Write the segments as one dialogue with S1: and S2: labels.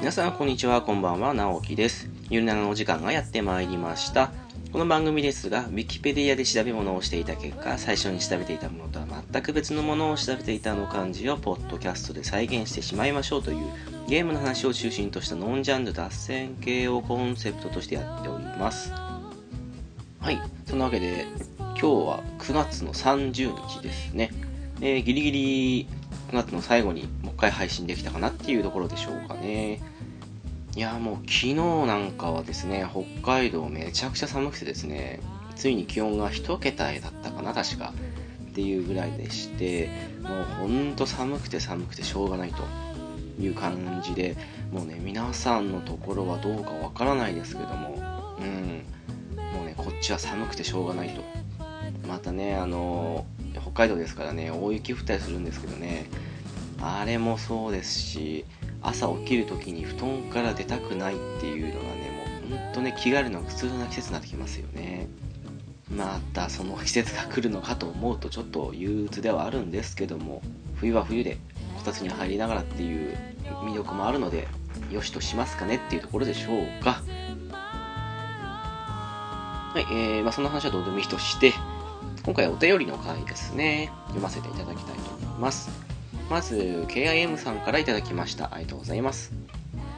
S1: 皆さんこんにちはこんばんは直樹ですゆるなのお時間がやってまいりましたこの番組ですが Wikipedia で調べ物をしていた結果最初に調べていたものとは全く別のものを調べていたあの漢字をポッドキャストで再現してしまいましょうというゲームの話を中心としたノンジャンル脱線系をコンセプトとしてやっておりますはいそんなわけで今日は9月の30日ですね、えーギリギリ9月の最後にもう一回配信できたかなっていうところでしょうかねいやーもう昨日なんかはですね北海道めちゃくちゃ寒くてですねついに気温が1桁だったかな確かっていうぐらいでしてもうほんと寒くて寒くてしょうがないという感じでもうね皆さんのところはどうかわからないですけどもうんもうねこっちは寒くてしょうがないとまたねあのー北海道ですからね大雪降ったりするんですけどねあれもそうですし朝起きる時に布団から出たくないっていうのがねもうほんとね気軽の苦痛な季節になってきますよねまたその季節が来るのかと思うとちょっと憂鬱ではあるんですけども冬は冬でこたつに入りながらっていう魅力もあるのでよしとしますかねっていうところでしょうかはい、えーまあ、そんな話はどうでもいいとして今回はお便りの回ですね読ませていただきたいと思いますまず KIM さんからいただきましたありがとうございます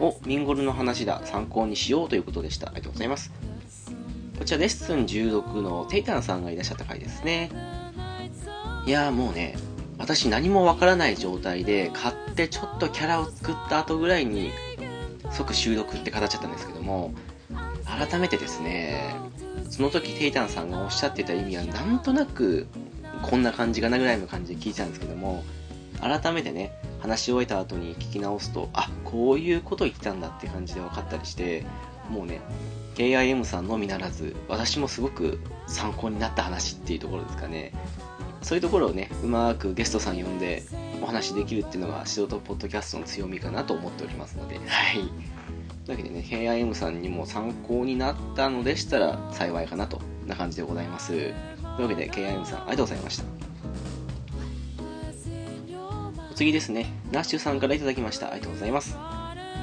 S1: おミンゴルの話だ参考にしようということでしたありがとうございますこちらレッスン16のテイタンさんがいらっしゃった回ですねいやーもうね私何もわからない状態で買ってちょっとキャラを作った後ぐらいに即収録って形だったんですけども改めてですねその時テイタンさんがおっしゃってた意味はなんとなくこんな感じかなぐらいの感じで聞いてたんですけども改めてね話し終えた後に聞き直すとあこういうこと言ってたんだって感じで分かったりしてもうね KIM さんのみならず私もすごく参考になった話っていうところですかねそういうところをねうまくゲストさん呼んでお話しできるっていうのが素人ポッドキャストの強みかなと思っておりますのではいというわけでね KIM さんにも参考になったのでしたら幸いかなとこんな感じでございますというわけで KIM さんありがとうございましたお次ですねナッシュさんからいただきましたありがとうございます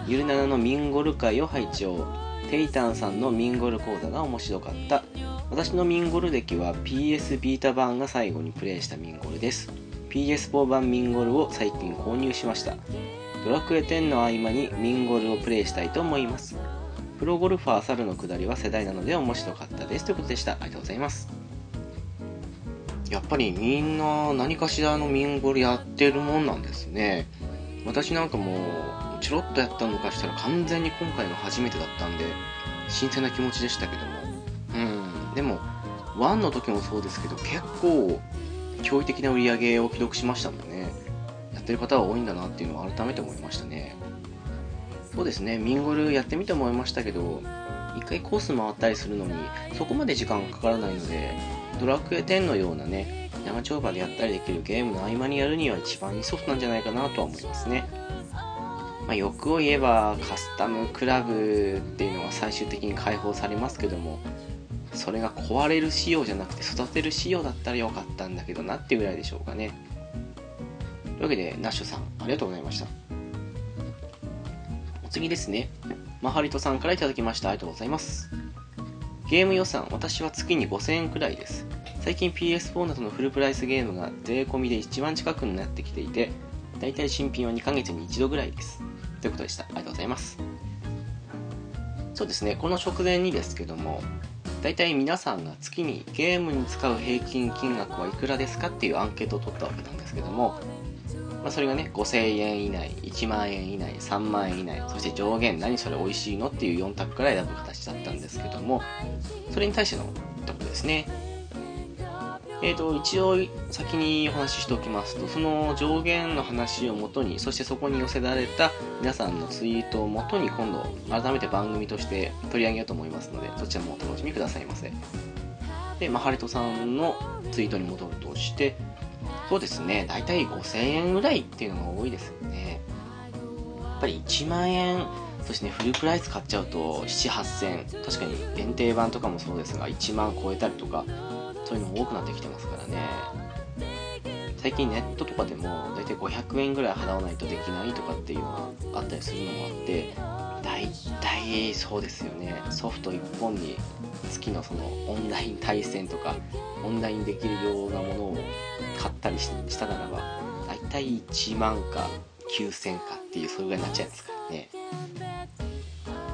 S1: ゆるななのミンゴル会を拝聴テイタンさんのミンゴル講座が面白かった私のミンゴル歴は PS ビータ版が最後にプレイしたミンゴルです PS4 版ミンゴルを最近購入しましたドラクエ10の合間にミンゴルをプレイしたいと思いますプロゴルファー猿の下りは世代なので面白かったですということでしたありがとうございますやっぱりみんな何かしらのミンゴルやってるもんなんですね私なんかもうちょろっとやったのかしたら完全に今回が初めてだったんで新鮮な気持ちでしたけどもうんでも1の時もそうですけど結構驚異的な売り上げを記録しましたもんねやってる方は多いんだなっていうのを改めて思いましたねそうですねミンゴルやってみて思いましたけど一回コース回ったりするのにそこまで時間かからないのでドラクエ10のようなね長丁場でやったりできるゲームの合間にやるには一番いいソフトなんじゃないかなとは思いますねまあ、欲を言えばカスタムクラブっていうのは最終的に解放されますけどもそれが壊れる仕様じゃなくて育てる仕様だったらよかったんだけどなっていうぐらいでしょうかねというわけでナッシュさんありがとうございましたお次ですねマハリトさんからいただきましたありがとうございますゲーム予算私は月に5000円くらいです最近 PS4 などのフルプライスゲームが税込みで1万近くになってきていてだいたい新品は2ヶ月に1度ぐらいですということでしたありがとうございますそうですねこの直前にですけども大体皆さんが月にゲームに使う平均金額はいくらですかっていうアンケートを取ったわけなんですけども、まあ、それがね5000円以内1万円以内3万円以内そして上限何それ美味しいのっていう4択から選ぶ形だったんですけどもそれに対してのところですねえー、と一応先にお話ししておきますとその上限の話をもとにそしてそこに寄せられた皆さんのツイートをもとに今度改めて番組として取り上げようと思いますのでそちらもお楽しみくださいませで、まあ、ハルトさんのツイートに戻るとしてそうですね大体5000円ぐらいっていうのが多いですよねやっぱり1万円そしてねフルプライス買っちゃうと78000確かに限定版とかもそうですが1万超えたりとかそういうのも多くなってきてますからね最近ネットとかでも大体500円ぐらい払わないとできないとかっていうのがあったりするのもあって大体そうですよねソフト1本に月のそのオンライン対戦とかオンラインできるようなものを買ったりししたならば大体1万か9000かっていうそれぐらいになっちゃいますからね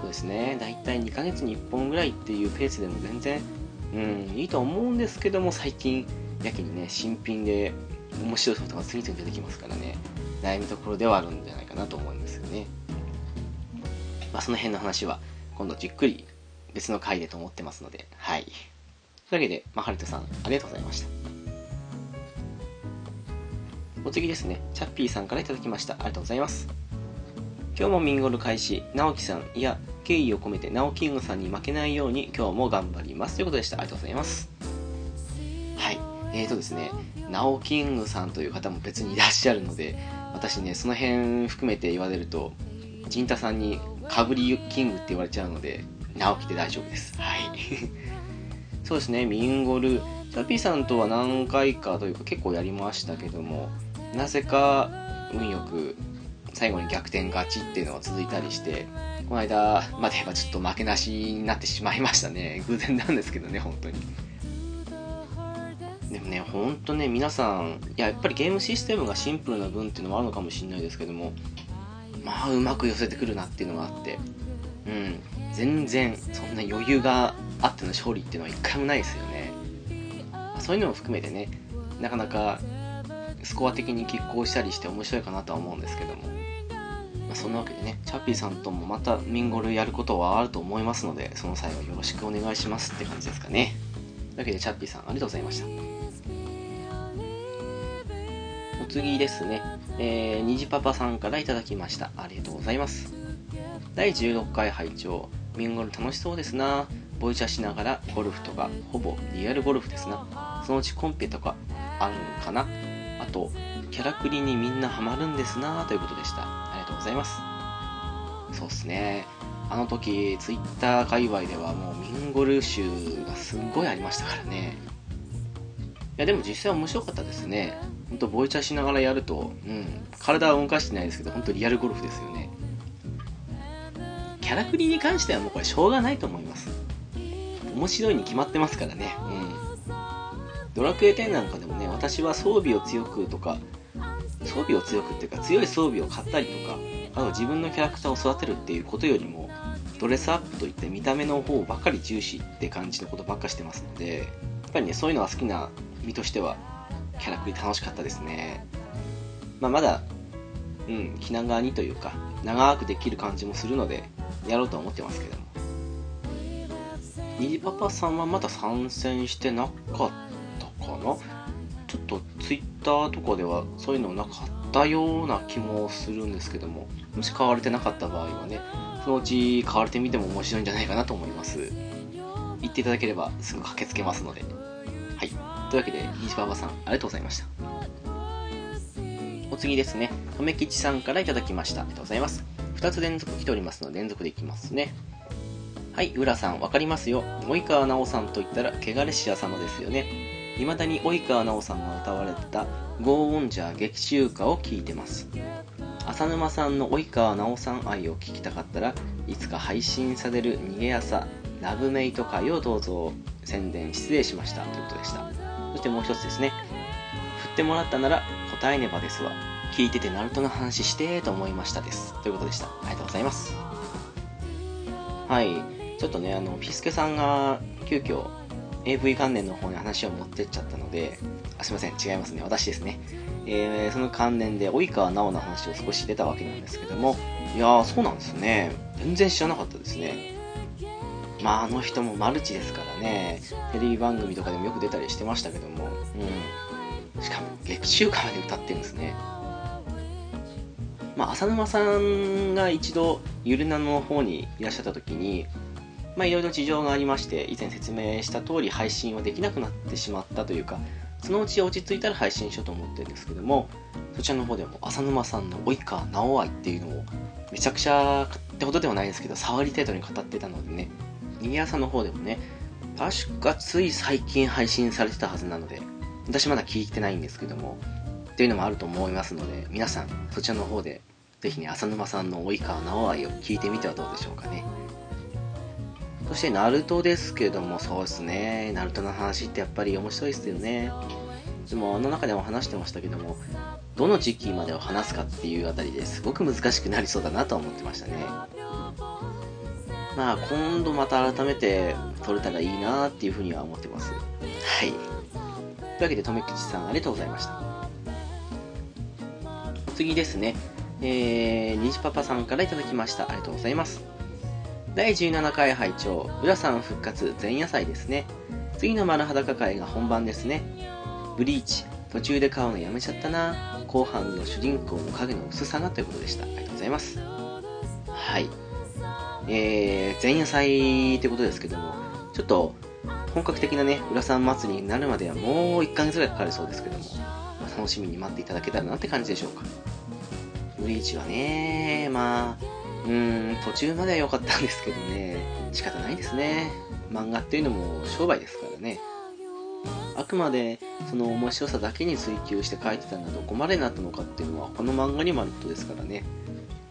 S1: そうですね大体2ヶ月に1本ぐらいっていうペースでも全然うんいいとは思うんですけども最近やけにね新品で面白いソフトが次々出てきますからね悩みどころではあるんじゃないかなと思いますよねまあその辺の話は今度じっくり別の回でと思ってますのではいというわけで、まあ、はるとさんありがとうございましたお次ですねチャッピーさんからいただきましたありがとうございます今日もミンゴル開始直樹さんいや敬意を込めて直キングさんに負けないように今日も頑張りますということでしたありがとうございますはいえーとですね直キングさんという方も別にいらっしゃるので私ねその辺含めて言われると陣太さんにかぶりキングって言われちゃうので直樹で大丈夫ですはい そうですねミンゴルチャッピーさんとは何回かというか結構やりましたけどもなぜか運よく最後に逆転勝ちっていうのが続いたりしてこの間まで言えばちょっと負けなしになってしまいましたね 偶然なんですけどね本当にでもね本当ね皆さんいややっぱりゲームシステムがシンプルな分っていうのもあるのかもしれないですけどもまあうまく寄せてくるなっていうのがあってうん全然そんな余裕があっての勝利っていうのは一回もないですよねそういうのも含めてねなかなかスコア的に拮抗したりして面白いかなとは思うんですけども、まあ、そんなわけでねチャッピーさんともまたミンゴルやることはあると思いますのでその際はよろしくお願いしますって感じですかねというわけでチャッピーさんありがとうございましたお次ですね、えー、にじパパさんからいただきましたありがとうございます第16回拝聴ミンゴル楽しそうですなボイチャしながらゴルフとかほぼリアルゴルフですなそのうちコンペとかあるのかなあとキャラクリにみんなハマるんですなということでしたありがとうございますそうっすねあの時ツイッター界隈ではもうミンゴル集がすっごいありましたからねいやでも実際面白かったですねほんとボイチャしながらやると、うん、体は動かしてないですけどほんとリアルゴルフですよねキャラクリに関してはもうこれしょうがないと思います面白いに決まってますからねうんドラクエ10なんかでもね私は装備を強くとか装備を強くっていうか強い装備を買ったりとかあと自分のキャラクターを育てるっていうことよりもドレスアップといって見た目の方ばっかり重視って感じのことばっかしてますのでやっぱりねそういうのが好きな身としてはキャラクリ楽しかったですね、まあ、まだうん気長にというか長くできる感じもするのでやろうとは思ってますけどもにじパパさんはまだ参戦してなかったかなちょっとツイッターとかではそういうのなかったような気もするんですけどももし買われてなかった場合はねそのうち買われてみても面白いんじゃないかなと思います言っていただければすぐ駆けつけますのではいというわけで西馬場さんありがとうございましたお次ですね亀吉さんからいただきましたありがとうございます2つ連続来ておりますので連続でいきますねはい浦さん分かりますよ及川奈緒さんといったら汚れし屋様ですよねいまだに及川奈緒さんが歌われてた「ゴーオンジャー劇中歌」を聴いてます浅沼さんの及川奈緒さん愛を聞きたかったらいつか配信される「逃げ朝ラブメイト会」をどうぞ宣伝失礼しましたということでしたそしてもう一つですね「振ってもらったなら答えねばですわ」聞いててナルトの話してーと思いましたですということでしたありがとうございますはいちょっとねあのピスケさんが急遽 AV 関連の方に話を持ってっちゃったので、あすいません、違いますね、私ですね。えー、その関連で、及川奈緒の話を少し出たわけなんですけども、いやー、そうなんですね。全然知らなかったですね。まあ、あの人もマルチですからね、テレビ番組とかでもよく出たりしてましたけども、うん。しかも、劇中歌まで歌ってるんですね。まあ、浅沼さんが一度、ゆるなの方にいらっしゃった時に、まあ、いろいろ事情がありまして以前説明した通り配信はできなくなってしまったというかそのうち落ち着いたら配信しようと思ってるんですけどもそちらの方でも浅沼さんの及川直愛っていうのをめちゃくちゃってことではないですけど触り程度に語ってたのでね逃げ朝の方でもね確かつい最近配信されてたはずなので私まだ聞いてないんですけどもというのもあると思いますので皆さんそちらの方でぜひね浅沼さんの及川直愛を聞いてみてはどうでしょうかねそしてナルトですけどもそうですねナルトの話ってやっぱり面白いですよねでもあの中でも話してましたけどもどの時期までを話すかっていうあたりですごく難しくなりそうだなとは思ってましたねまあ今度また改めて撮れたらいいなっていうふうには思ってますはいというわけで留吉さんありがとうございました次ですねえー、にじパパさんからいただきましたありがとうございます第17回拝聴浦さん復活前夜祭ですね次の丸裸会が本番ですねブリーチ途中で買うのやめちゃったな後半の主人公の影の薄さがということでしたありがとうございますはいえー、前夜祭ってことですけどもちょっと本格的なね浦さん祭りになるまではもう1ヶ月ぐらいかかるそうですけどもまあ楽しみに待っていただけたらなって感じでしょうかブリーチはねまあうーん途中までは良かったんですけどね仕方ないですね漫画っていうのも商売ですからねあくまでその面白さだけに追求して書いてたのはどこまでになったのかっていうのはこの漫画にもあることですからね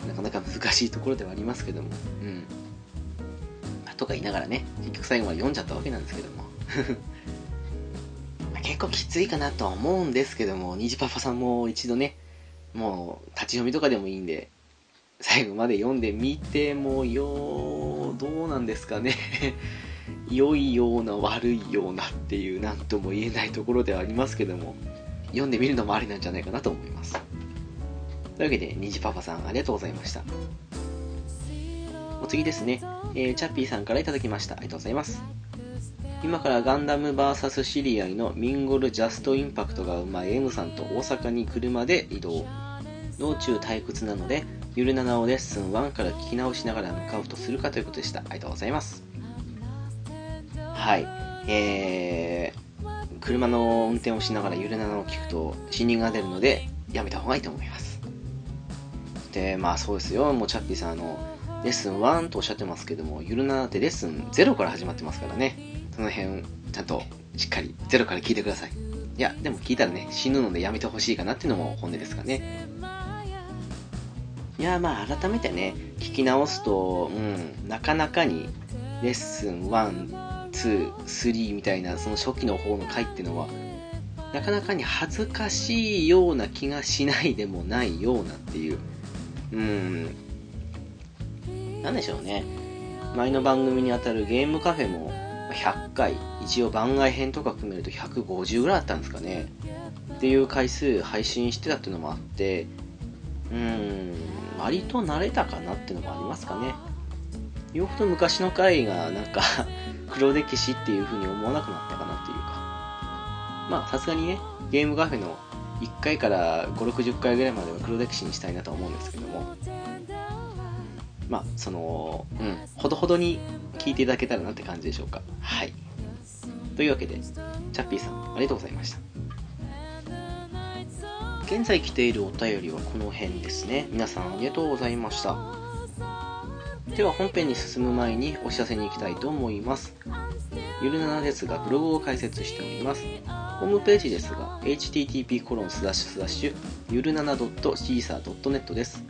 S1: なかなか難しいところではありますけどもうんまあとか言いながらね結局最後まで読んじゃったわけなんですけども まあ結構きついかなとは思うんですけども虹パパさんも一度ねもう立ち読みとかでもいいんで最後まで読んでみてもよーどうなんですかね 良いような悪いようなっていう何とも言えないところではありますけども読んでみるのもありなんじゃないかなと思いますというわけで虹パパさんありがとうございましたお次ですね、えーチャッピーさんからいただきましたありがとうございます今からガンダム VS 知り合いのミンゴルジャストインパクトがうまい M さんと大阪に車で移動道中退屈なのでゆるななをレッスン1から聞き直しながら向かうとするかということでしたありがとうございますはいえー、車の運転をしながらゆるななを聞くと死人が出るのでやめた方がいいと思いますでまあそうですよもうチャッピーさんあのレッスン1とおっしゃってますけどもゆるななってレッスン0から始まってますからねその辺ちゃんとしっかり0から聞いてくださいいやでも聞いたらね死ぬのでやめてほしいかなっていうのも本音ですかねいやーまあ改めてね聞き直すと、うん、なかなかにレッスン123みたいなその初期の方の回ってのはなかなかに恥ずかしいような気がしないでもないようなっていううんなんでしょうね前の番組にあたるゲームカフェも100回一応番外編とか組めると150ぐらいあったんですかねっていう回数配信してたっていうのもあってうーん割と慣れたかなってのもありますかねよほど昔の回がなんか 黒歴史っていう風に思わなくなったかなっていうかまあさすがにねゲームカフェの1回から560回ぐらいまでは黒歴史にしたいなとは思うんですけどもまあそのうんほどほどに聞いていただけたらなって感じでしょうかはいというわけでチャッピーさんありがとうございました現在来ているお便りはこの辺ですね皆さんありがとうございましたでは本編に進む前にお知らせに行きたいと思いますゆるななですがブログを開設しておりますホームページですが http コロンスダッシュスダッシュゆるなな .caesar.net です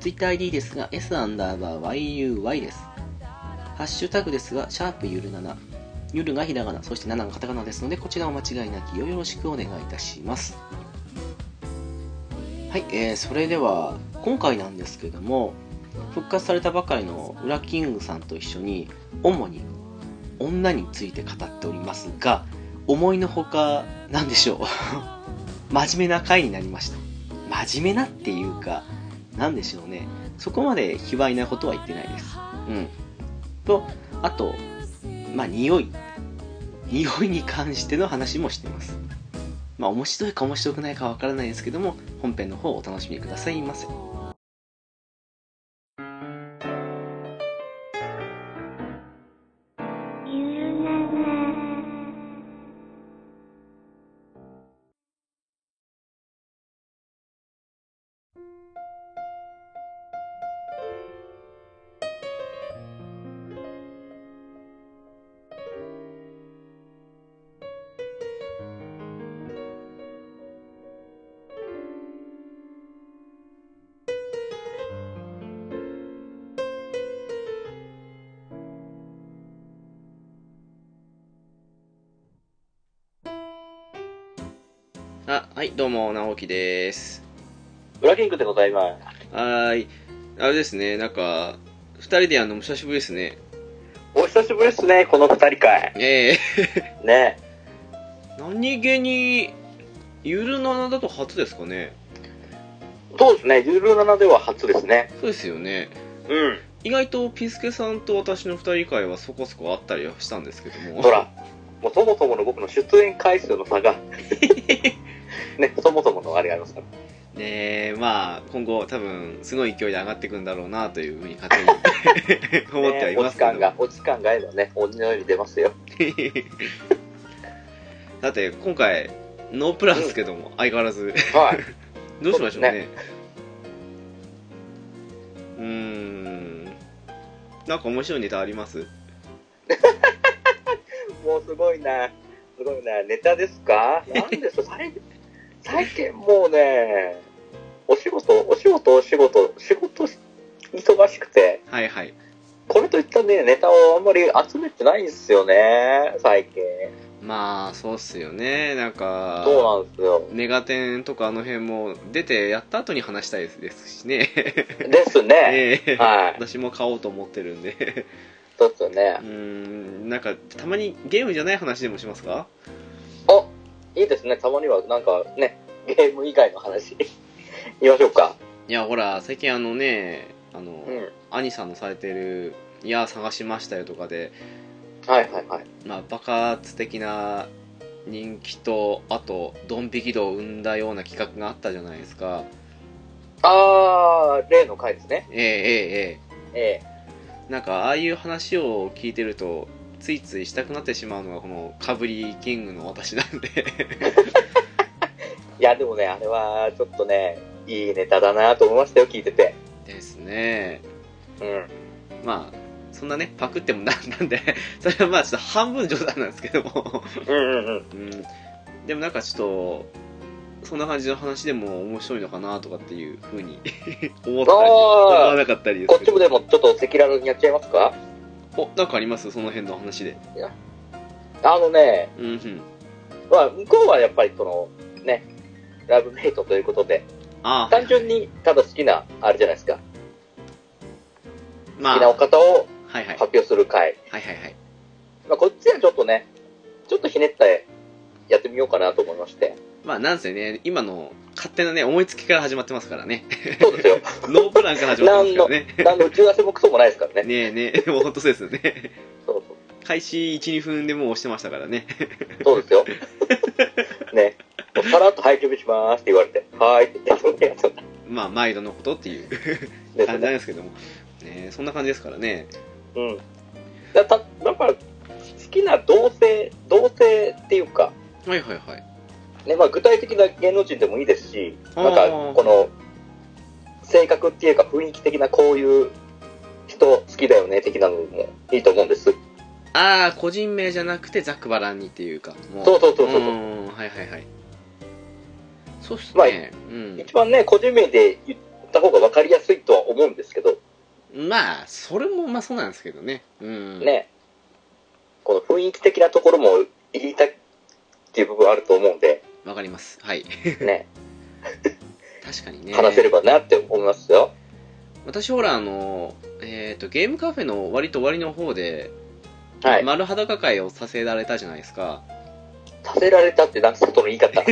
S1: TwitterID ですが s アンダーバー yuy ですハッシュタグですがシャープゆるななゆるがひらがなそして7がカタカナですのでこちらお間違いなきをよろしくお願いいたしますはい、えー、それでは今回なんですけども復活されたばかりのウラキングさんと一緒に主に女について語っておりますが思いのほかなんでしょう 真面目な回になりました真面目なっていうかなんでしょうねそこまで卑猥なことは言ってないですうんとあとまあ匂い匂いに関しての話もしてますまあ面白いか面白くないかわからないですけども本編の方をお楽しみくださいませあ、はい、どうも、直樹です。
S2: ブラキングでございます。
S1: はーい。あれですね、なんか、二人でやるのも久しぶりですね。
S2: お久しぶりですね、この二人会。
S1: え え
S2: ね。
S1: 何気に、ゆるななだと初ですかね。
S2: そうですね、17では初ですね。
S1: そうですよね。
S2: うん。
S1: 意外とピスケさんと私の二人会はそこそこあったりはしたんですけども。
S2: ほら、もうそもそもの僕の出演回数の 差が、ね、そもそものあれがありますから。
S1: ねえまあ今後多分すごい勢いで上がっていくんだろうなというふうに勝手に 思ってはい
S2: ねお
S1: ますけ
S2: 時
S1: ど、
S2: 間が、お時間があればね、鬼のように出ますよ。
S1: だって今回ノープランですけども、相変わらず
S2: はい。
S1: どうしましょうねう
S2: そうで
S1: ーんなんか面白いネタあります
S2: もうすごいな、すごいな、ネタですかなんでしょう、最最近もうね、お仕事、お仕事、お仕事、仕事し忙しくて、
S1: はいはい
S2: これといったね、ネタをあんまり集めてないんですよね、最近。
S1: まあそうっすよねなんか
S2: そうなんですよ。
S1: ネガテンとかあの辺も出てやった後に話したいですしね
S2: ですね。
S1: ええ
S2: はい。
S1: 私も買おうと思ってるんで
S2: そうですよね
S1: うー。んなんかたまにゲームじゃない話でもしますか
S2: おいいですね。たまにはなんかね、ゲーム以外の話、 言いましょうか。
S1: いやほら最近あのねあの、
S2: うん。
S1: 兄さんのされてる「いや探しましたよ」とかで、
S2: はいはいはい。
S1: まあ、爆発的な人気とあとドン引き度を生んだような企画があったじゃないですか
S2: あー、例の回ですね。
S1: えええええ
S2: ええ。
S1: えなんかああいう話を聞いてるとついついしたくなってしまうのがこのかぶりキングの私なんで
S2: いや、でもね、あれはちょっとね、いいネタだなと思いましたよ、聞いてて。
S1: ですね
S2: うん。
S1: まあそんなねパクってもなんなんでそれはまあちょっと半分冗談なんですけども
S2: うんうんうん。
S1: うん、でもなんかちょっとそんな感じの話でも面白いのかなとかっていうふう に思ったり
S2: あー
S1: 思わなかったりで
S2: こ
S1: す
S2: っ
S1: け
S2: ち
S1: ど
S2: もでもちょっと赤裸々にやっちゃいますか
S1: おなんかありますその辺の話で
S2: あのね、
S1: うんうん
S2: まあ、向こうはやっぱりその、ね、ラブメイトということで、
S1: ああ
S2: 単純にただ好きな、あれじゃないですか。
S1: ま
S2: 好
S1: あ
S2: きなお方を
S1: はいはい
S2: 発表する回。
S1: はいはいはい
S2: まあ、こっちはちょっとね、ちょっとひねったやってみようかなと思いまして。
S1: まあなんせね今の勝手なね思いつきから始まってますからね
S2: そうですよ。
S1: ノー プランから始まってますからね
S2: 何の打ち合わせもクソもないですからね。
S1: ねえねえもう本当そうですよね
S2: そうそう。
S1: 開始12分でもう押してましたからね
S2: そうで すよ。ね。もうさらっと配給しますって言われて、はーいって言って、やつ
S1: まあ毎度のことっていう
S2: で
S1: 感
S2: す
S1: じなんで
S2: ね。
S1: すけども、ねえ、そんな感じですからね
S2: うん。だたやっぱ、好きな同性、同性っていうか、
S1: はいはいはい
S2: ね、まあ具体的な芸能人でもいいですし、
S1: あー
S2: なんか、この、性格っていうか雰囲気的なこういう人好きだよね、的なのもいいと思うんです。
S1: ああ個人名じゃなくてざっくばらんにっていうかも
S2: そうそうそうそう。
S1: ーんはいはいはいそうっすね、
S2: まあ
S1: う
S2: 一番ね、個人名で言った方が分かりやすいとは思うんですけど、
S1: んまあそれもまあそうなんですけどねうん
S2: ね、この雰囲気的なところも言いたいっていう部分あると思うんで、
S1: わかりますはい
S2: ね、
S1: 確かにね
S2: 話せればなって思いますよ。
S1: 私ほらあのえっ、とゲームカフェの割と終わりの方で、
S2: はい。
S1: 丸裸会をさせられたじゃないですか
S2: させられたってなんか外の言い方。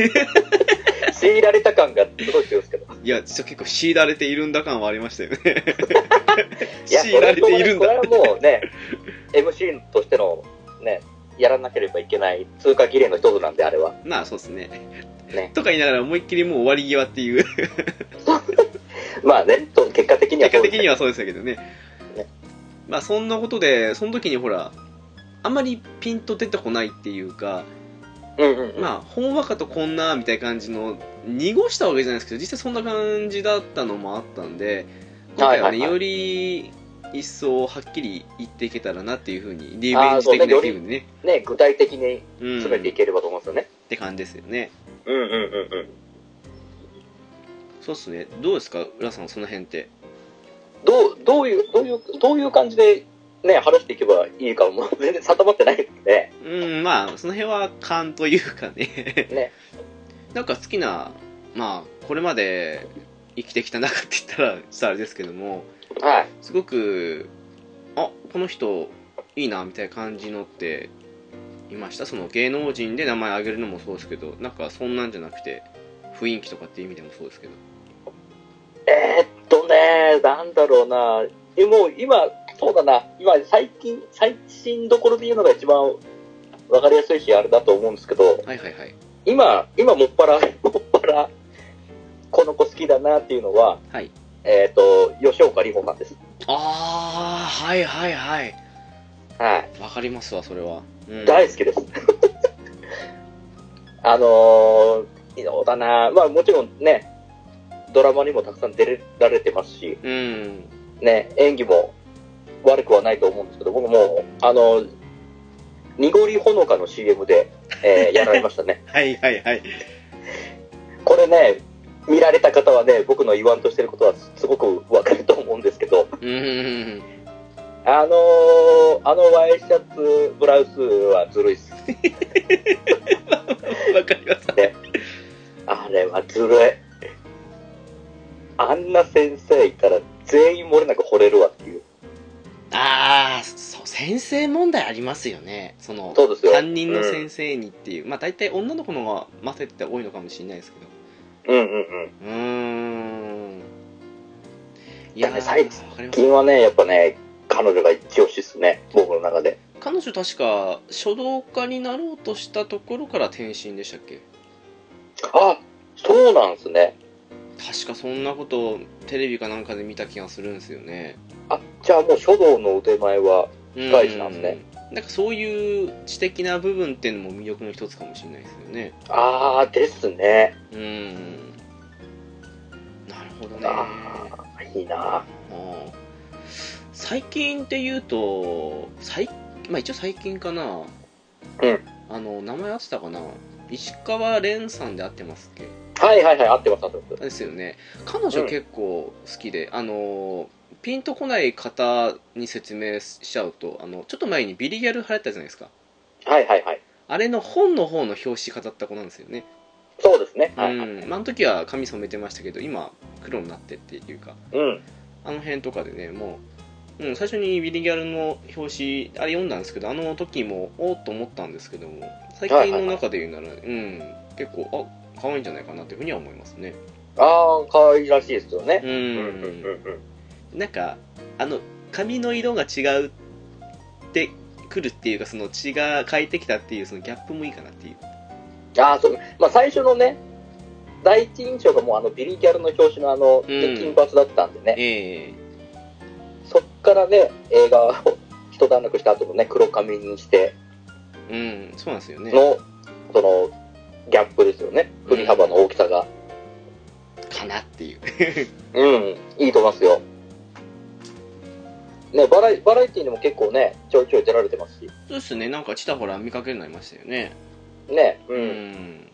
S2: 強いられた感がすごい強いですけど。
S1: いやちょっと結構強いられているんだ感はありましたよね
S2: いや、
S1: 強いられているん
S2: こ
S1: だ
S2: れはもうね、MC としてのね、やらなければいけない通過儀礼の一つなんで、あれは。
S1: まあそうですね
S2: ね
S1: とか言いながら思いっきりもう終わり際っていう
S2: まあね、と結果的には
S1: 結
S2: そ
S1: 果的
S2: うですね
S1: にはそうでしたけどね
S2: ね
S1: まあそんなことでその時にほらあんまりピンと出てこないっていうか、
S2: うんうんうん。
S1: まあほんわかとこんなみたいな感じの濁したわけじゃないですけど実際そんな感じだったのもあったんで今回はね、
S2: はいはいはい
S1: より一層はっきり言っていけたらなっていうふうにリ
S2: あー
S1: ベンジ的な気
S2: そうね
S1: 分でね
S2: ね、具体的に
S1: うん
S2: 詰めていければと思うんですよね。
S1: って感じですよね
S2: うんうんうんうん。
S1: そうっすねどうですか浦さんその辺って
S2: どう、どういう、どういう、どういう感じで、ね、話していけばいいかも、 全然定まってないんで、
S1: うんまあその辺は勘というかね
S2: ね。
S1: なんか好きなまあこれまで生きてきた中って言ったらさあれですけども
S2: はい。
S1: すごくあこの人いいなみたいな感じのっていましたその芸能人で名前挙げるのもそうですけどなんかそんなんじゃなくて雰囲気とかっていう意味でもそうですけど
S2: えーっとね、なんだろうな。え、もう今、そうだな。今、最近、最新どころで言うのが一番わかりやすい日あれだと思うんですけど、
S1: はいはいはい
S2: 今、今もっぱら、もっぱら、この子好きだなっていうのは、
S1: はい
S2: えーっと、吉岡里帆さんです。
S1: ああはいはいはい
S2: はい。
S1: わかりますわそれは、うん、
S2: 大好きです。 あのー、どうだな。まあもちろんね、ドラマにもたくさん出られてますし、
S1: うん
S2: ね、演技も悪くはないと思うんですけど、僕も、あの、濁りほのかの CM で、え ーやられましたね。
S1: はいはいはい
S2: これね、見られた方はね、僕の言わんとしてることはすごくわかると思うんですけど、
S1: うん
S2: あのーあのワイシャツ、ブラウスはずるいっす。
S1: わかります
S2: あれはずるい。あんな先生いたら全員漏れなく惚れるわっていう。
S1: ああそう先生問題ありますよねその
S2: そうですよ
S1: 担任の先生にっていう、まあ大体女の子の方がマセって多いのかもしれないですけど
S2: うんうんうん。
S1: うーんいや
S2: だって
S1: ー
S2: 最
S1: わかります
S2: 金はね、やっぱね、彼女が一押しっすね、僕の中で。
S1: 彼女確か書道家になろうとしたところから転身でしたっけ
S2: あ、そうなんすね。
S1: 確かそんなことをテレビかなんかで見た気がするんですよね
S2: あ、じゃあもう書道の腕前は、
S1: うん
S2: 深い人なんですね
S1: なんかそういう知的な部分っていうのも魅力の一つかもしれないですよね
S2: あーですね。
S1: うんなるほどね
S2: あー、いいな
S1: うん最近って言うと最、まあ、一応最近かな、
S2: うん
S1: あの名前合ってたかな石川蓮さんで合ってますっ
S2: はいはいはい、合ってます、合ってま
S1: けですよね彼女
S2: うん
S1: 結構好きで、あのピンとこない方に説明しちゃうとあのちょっと前にビリギャル流行ったじゃないですか
S2: す。はいはいはい。
S1: あれの本の方の表紙飾った子なんですよね、
S2: そうですね。はい。うん。
S1: うんまあ、あの時は髪染めてましたけど今黒になってっていうかあの辺とかでね、もう、うん、最初にビリギャルの表紙、あれ読んだんですけど、あの時も、おーっと思ったんですけども、最近の中で言うなら、うん、結構、あ可愛いんじゃないかなというふうには思いますね。
S2: あー、可愛らしいですよね
S1: う。
S2: うん
S1: ん、
S2: うん
S1: なんか、あの、髪の色が違うって、くるっていうか、その血が変えてきたっていう、そのギャップもいいかなっていう。
S2: あー、そう。まあ最初のね、第一印象がもうあのビリギャルの表紙のあの、
S1: うん
S2: 金髪だったんでね、
S1: ええ
S2: そっからね、映画を一段落した後のね、黒髪にして
S1: うん、そうなんですよね。
S2: の、その、ギャップですよね。振り幅の大きさが。
S1: かなっていう。
S2: うん、いいと思いますよ。ね、バラエバラエティーにも結構ね、ちょいちょい出られてますし。
S1: そうですね、なんかちたほら見かけるようになりましたよね。
S2: ね、う。
S1: うんん。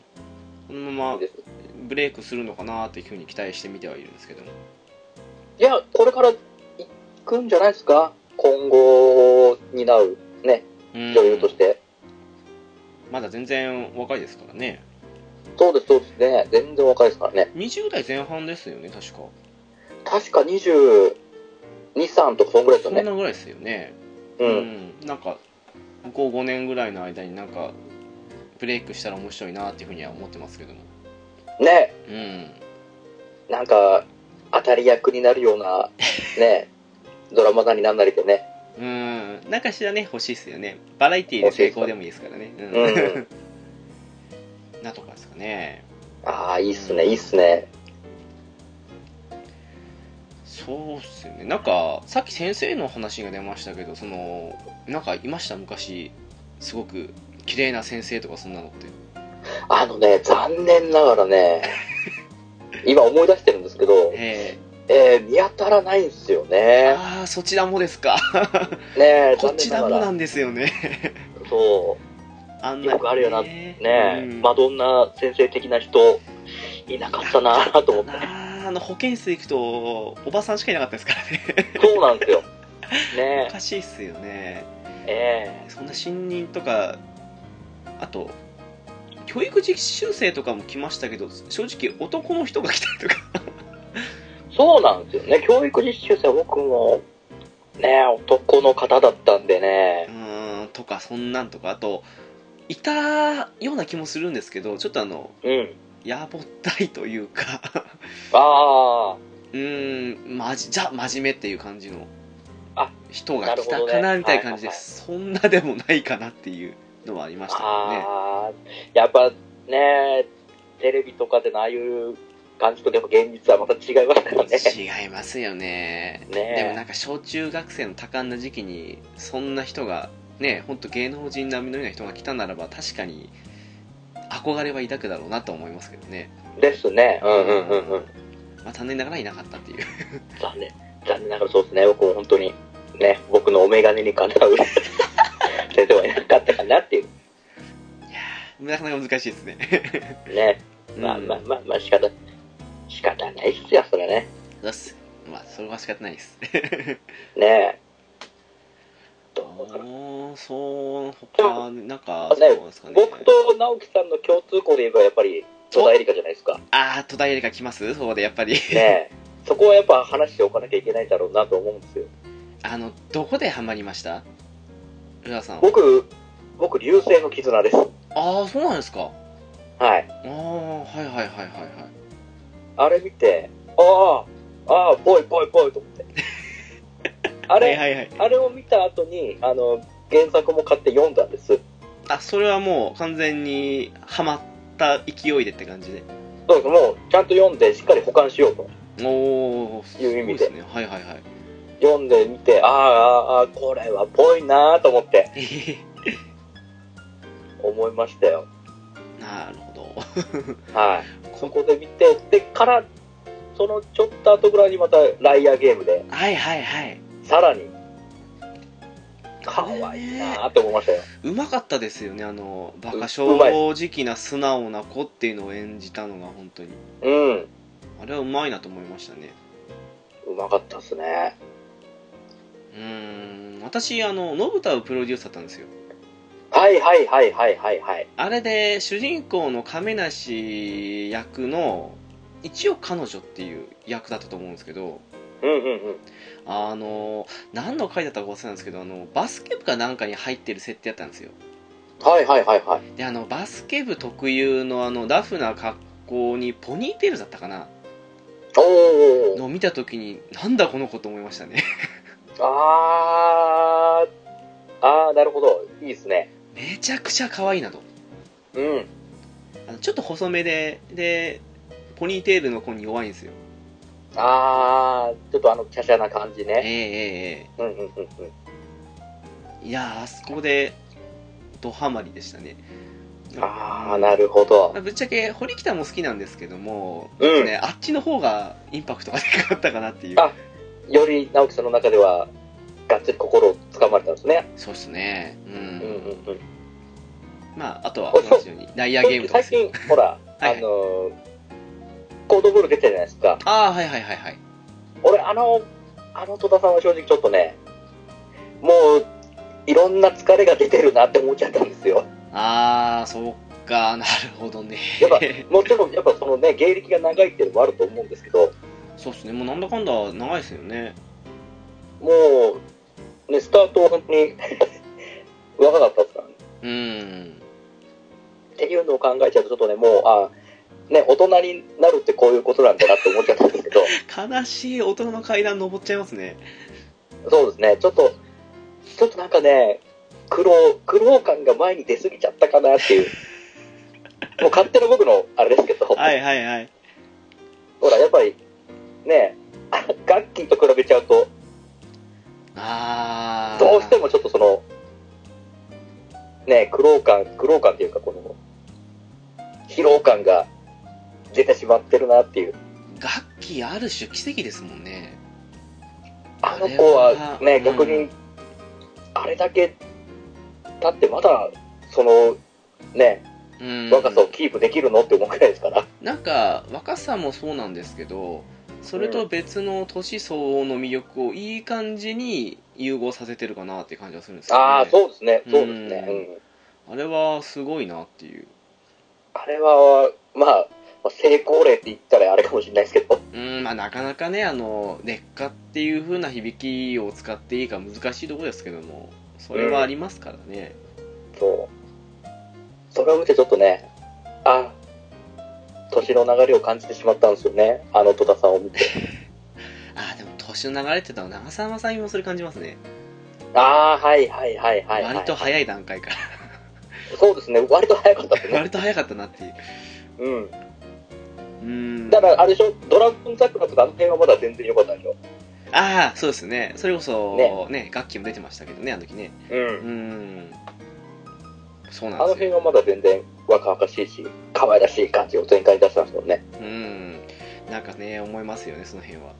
S1: このま
S2: い
S1: ま
S2: いです
S1: ブレイクするのかなっていうふうに期待してみてはいるんですけども
S2: いや、これから行くんじゃないですか今後を担う、ね、
S1: うん
S2: 女優として。
S1: まだ全然若いですからね
S2: そうです、そうですね。全然若いですからね。
S1: 20代前半ですよね確か
S2: 確か22、3とかそんぐらいです
S1: そん
S2: よ
S1: な
S2: ね。
S1: ぐらいですよね
S2: う。
S1: うんなんか向こう5年ぐらいの間になんかブレイクしたら面白いなっていうふうには思ってますけども
S2: ね、
S1: うん
S2: なんか、当たり役になるような、ね、ドラマなりなんなりでね。
S1: うんなんかしらね欲しいですよねバラエティーで成功でもいいですからねう、
S2: う んん。
S1: なとかですかね
S2: ああ、いいっすね、いいっすね。
S1: そうっすよねなんかさっき先生の話が出ましたけどそのなんかいました昔すごく綺麗な先生とかそんなのって
S2: あのね、残念なが らね、今思い出してるんですけど、
S1: え
S2: えー見当たらないんですよ
S1: え
S2: ね。
S1: ああそちらもですか
S2: ねえ
S1: こ
S2: 残
S1: ち
S2: 念
S1: ら
S2: な
S1: も
S2: が
S1: な
S2: ら。
S1: んですよね
S2: そ
S1: あん
S2: よくあるよな
S1: ね
S2: う。ねえ、
S1: うん
S2: マドンナ先生的な人、いなかったなぁと思って。
S1: あーあの保健室行くとおばさんしかいなかったですから ね
S2: そうなんですよ。ね
S1: おかしいっすよね
S2: え、え
S1: そんな新任とかあと教育実習生とかも来ましたけど正直男の人が来たりとか
S2: そうなんですよね。教育実習生、僕も、ね、男の方だったんで
S1: う
S2: ね。
S1: ーんとかそんなんとかあといたような気もするんですけどちょっとあの
S2: うん。
S1: やぼったいというか
S2: あ
S1: うーんまじじゃ真面目っていう感じの
S2: あ
S1: 人が来た
S2: なる
S1: か
S2: ほど
S1: な
S2: ね
S1: みたいな感じです、そんなでもないかなっていうのはありま
S2: あ、
S1: したけどね
S2: ああ、やっぱね、テレビとかでのああいう感じとでも現実はまた違いますからね。
S1: 違いますよね
S2: ね
S1: でもなんか小中学生の多感な時期にそんな人がね本当芸能人並みのような人が来たならば確かに憧れは抱くだろうなと思いますけどね、
S2: ですね。うんうんうんうん。
S1: まあ、残念ながらいなかったっていう
S2: 残念。残念ながらそうですね。僕も本当に、ね、僕のお眼鏡にかなう 先生はいなかったかなっていう。
S1: なかなか難しいですね
S2: ね。まあまあまあまあ仕方、仕方ないっすよ、それね。
S1: うんよしまあそれは仕方ないです
S2: ねどう
S1: おーそう他なんか
S2: あ
S1: そう
S2: ね
S1: なんですかね
S2: 僕と直樹さんの共通項で言えばやっぱり戸田恵梨香じゃないですか。
S1: ああ戸田恵梨香来ますそうでやっぱり
S2: ねえ。そこはやっぱ話しておかなきゃいけないだろうなと思うんですよ。
S1: あのどこでハマりましたルアさんは
S2: 僕、僕、流星の絆です。
S1: ああそうなんですか
S2: はい。
S1: ああはいはいはいはいはい
S2: あれ見て、ああ、ああ、ぽいぽいぽいと 思って。あれ、
S1: はいはいはい
S2: あれを見た後に、あの、原作も買って読んだんです。
S1: あそれはもう完全にハマった勢いでって感じで
S2: そうです。もう、ちゃんと読んで、しっかり保管しようと。
S1: おおす
S2: いう意
S1: ごい
S2: 味
S1: で
S2: です
S1: ねはいはいはい
S2: 読んでみて、ああ、ああ、これはぽいなあと思って、
S1: えへへ
S2: 思いましたよ。
S1: なるほど
S2: はい。そ
S1: こ
S2: こで見て、で、から、そのちょっと後ぐらいにまた、ライアーゲームで、
S1: はいはいはい
S2: さらに、可愛いなあと思いましたよ。
S1: うまかったですよねあのバカ
S2: ううまい
S1: 正直な素直な子っていうのを演じたのが本当に
S2: うん。
S1: あれはうまいなと思いましたね
S2: うまかったっすね。
S1: うーん私あの信太をプロデュースだったんですよ
S2: はいはいはいはいはいはい。
S1: あれで主人公の亀梨役の一応彼女っていう役だったと思うんですけど
S2: うんうんうん。
S1: あの何の回だったか忘れたんですけどあのバスケ部かなんかに入ってる設定だったんですよ
S2: はいはいはいはい。
S1: であのバスケ部特有のあのラフな格好にポニーテールだったかな
S2: おー。
S1: のを見た時になんだこの子と思いましたね
S2: あー。あー、なるほど。いいですね。
S1: めちゃくちゃ可愛いなと
S2: うん。
S1: あのちょっと細めででポニーテールの子に弱いんですよ
S2: あー、ちょっとあの、華奢な感じ
S1: ええ
S2: ね。
S1: え
S2: うんうんうんうん。
S1: えええいやーあそこでドハマりでしたね
S2: あー、なるほど
S1: まあ。ぶっちゃけ堀北も好きなんですけども、
S2: うん
S1: ちょっとね、あっちの方がインパクトがでかかったかなっていう
S2: あより直樹さんの中では、がっつり心をつかまれたんですね。
S1: そうですねうん、
S2: うんうんうん。
S1: まああとは同じようにダイヤゲームとか
S2: 最
S1: ですよ
S2: 近、ほら、
S1: はいはい
S2: あのー、コードボール出てるじゃないですか。
S1: ああはいはいはいはい
S2: 俺、あの、あの戸田さんは正直ちょっとね、もう、いろんな疲れが出てるなって思っちゃったんですよ。
S1: ああそっかなるほどね
S2: やっぱ、もちろん、やっぱそのね、芸歴が長いっていうのもあると思うんですけど、
S1: そうですねもうなんだかんだ長いですよね
S2: もう、ね、スタートは本当に 若かったですからね。
S1: うん
S2: っていうのを考えちゃうと、ちょっとね、もう、あね、大人になるってこういうことなんだなって思っちゃったんですけど、
S1: 悲しい大人の階段登っちゃいますね
S2: そうですね、ちょっと、ちょっとなんかね、苦労、苦労感が前に出すぎちゃったか なっていう。もう勝手な僕のあれですけど、
S1: はいはいはい
S2: ほら、やっぱり、ね、あガッキーと比べちゃうと、
S1: ああ
S2: どうしてもちょっとその、ね、苦労感、苦労感というか、この、疲労感が出てしまってるなっていう。
S1: 楽器ある種奇跡ですもんね
S2: あの子は
S1: あれはう
S2: ね、
S1: ん
S2: 逆に、あれだけ、だってまだ、その、ね、
S1: うん
S2: 若さをキープできるのって思うくらいですから。
S1: なんか若さもそうなんですけどそれと別の年相応の魅力をいい感じに融合させてるかなって感じがするんですよ、ね、
S2: ああ、そうですね、そうです
S1: う
S2: ね。
S1: あれはすごいなっていう
S2: あれは、まあ、まあ成功例って言ったらあれかもしれないですけど、
S1: うんまあなかなかねあの劣化っていう風な響きを使っていいか難しいところですけどもそれはありますからね、
S2: そう。それを見てちょっとね、あ、年の流れを感じてしまったんですよね。あの戸田さんを見て。
S1: ああでも年の流れって言ったら長澤さんもそれ感じますね、
S2: ああ、はいはいはいはい、はい。
S1: 割と
S2: い。
S1: 早い段階から
S2: そうですね、割と早かったですね。
S1: 割と早かったなっていう
S2: うん。
S1: うん
S2: だから、あれでしょ、ドラゴン桜とかあの辺はまだ全然良かったでしょ。
S1: ああそうですねそれこそね楽器も出てましたけどねあの時ね
S2: う。
S1: うんんそう
S2: あ
S1: なん
S2: の
S1: です
S2: 辺
S1: よ
S2: はまだ全然若々しいし、可愛らしい感じを全開に出したんですもんね。
S1: うんなんかね思いますよねその辺は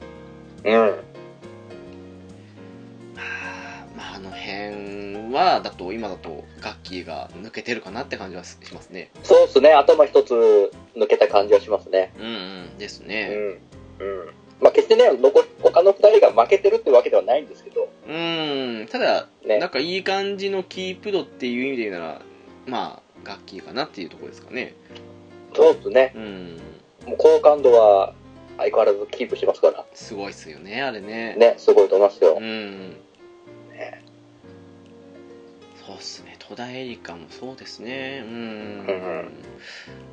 S2: うん。
S1: あーまああの辺はだと今だとガッキーが抜けてるかなって感じはしますね
S2: そうですね、頭一つ抜けた感じはしますね。
S1: うんうんです
S2: う
S1: ね
S2: ん。うん。まあ、決してね、残他の二人が負けてるってわけではないんですけど、
S1: うんただ、
S2: ね
S1: なんかいい感じのキープ度っていう意味で言うならまあガッキーかなっていうところですかね
S2: そうですね、
S1: うん
S2: もう好感度は相変わらずキープしてますから、
S1: すごいっすよねあれね
S2: ね、すごいと思いますよ
S1: う。んそうっすね戸田恵梨香もそうですねうん、
S2: うん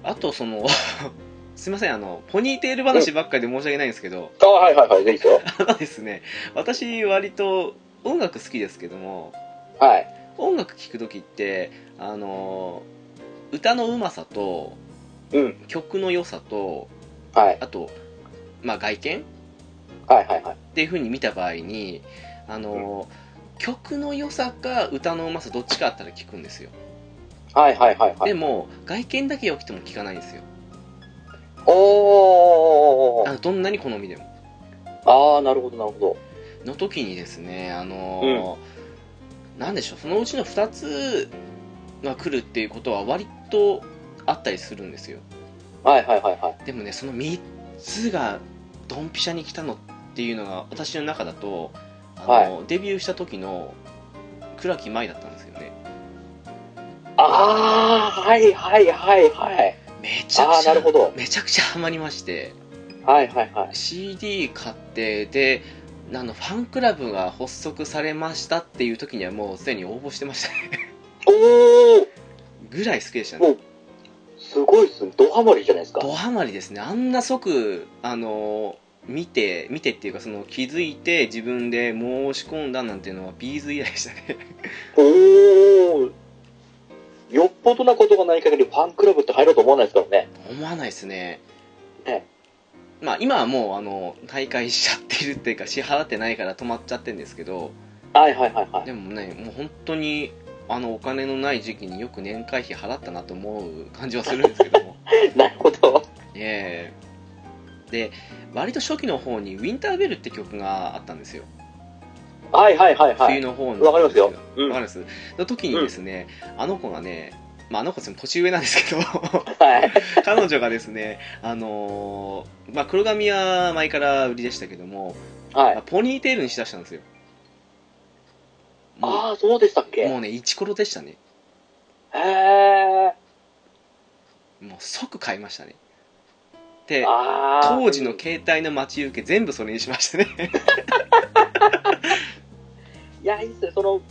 S1: あとその すいませんあのポニーテール話ばっかりで申し訳ないんですけど、
S2: あはいはいはい、いいで すよ。
S1: ただですね私割と音楽好きですけども
S2: はい。
S1: 音楽聴く時ってあの歌のうまさと
S2: うん。
S1: 曲の良さと
S2: はい。
S1: あと、まあ、外見っ
S2: はいはいはい。
S1: ていう風に見た場合にあの、曲の良さか歌のうまさどっちかあったら聞くんですよ
S2: はいはいはいは
S1: で
S2: い。
S1: も外見だけ良くても聞かないんですよ
S2: お
S1: あ
S2: ー。
S1: のどんなに好みでも
S2: あー、なるほどなるほ
S1: の時にですねあのーなんでしょうそのうちの2つが来るっていうことは割とあったりするんですよ
S2: ど。はいはいはいはい。
S1: でもねその3つがドンピシャに来たのっていうのが私の中だとあの、
S2: は
S1: デビューした時の倉木舞だったんですよね
S2: あー、はいはいはいはい。
S1: めちゃ
S2: あ
S1: く
S2: ー、
S1: ちゃ
S2: なるほど。
S1: めちゃくちゃハマりまして
S2: はいはいはい。
S1: CD 買ってであのファンクラブが発足されましたっていう時にはもうすでに応募してましたね
S2: おー、
S1: ぐらい好きでしたね
S2: もう、すごいっすね。ドハマりじゃないですか。
S1: ドハマりですねあんな即あの見て見てっていうかその気づいて自分で申し込んだなんていうのはビーズ以来でしたね
S2: おー。よっぽどなことがない限りファンクラブって入ろうと思わないですからね。
S1: 思わないですね
S2: ね
S1: まあ今はもうあの大会しちゃってるっていうか支払ってないから止まっちゃってるんですけど
S2: はいはいはいはい。
S1: でもねもう本当にあのお金のない時期によく年会費払ったなと思う感じはするんですけども
S2: なるほど。
S1: ええで割と初期の方に「ウィンターベル」って曲があったんですよ
S2: はいはいはいは
S1: 冬
S2: い。
S1: の方の
S2: わかりますよ。う
S1: わ
S2: ん。
S1: かり
S2: は
S1: ま
S2: い。
S1: すの時にですね、あの子がね、まあ、あの子って年上なんですけど 彼女がですねあのーまあ、黒髪は前から売りでしたけども、
S2: はい。
S1: ポニーテールにしだしたんですよも
S2: ああ、そうでしたっけ
S1: う
S2: へ
S1: もうねイチコロでしたね
S2: え。
S1: もう即買いましたねで
S2: あー
S1: 当時の携帯の待ち受け全部それにしましたね
S2: いや、いいっすね。その、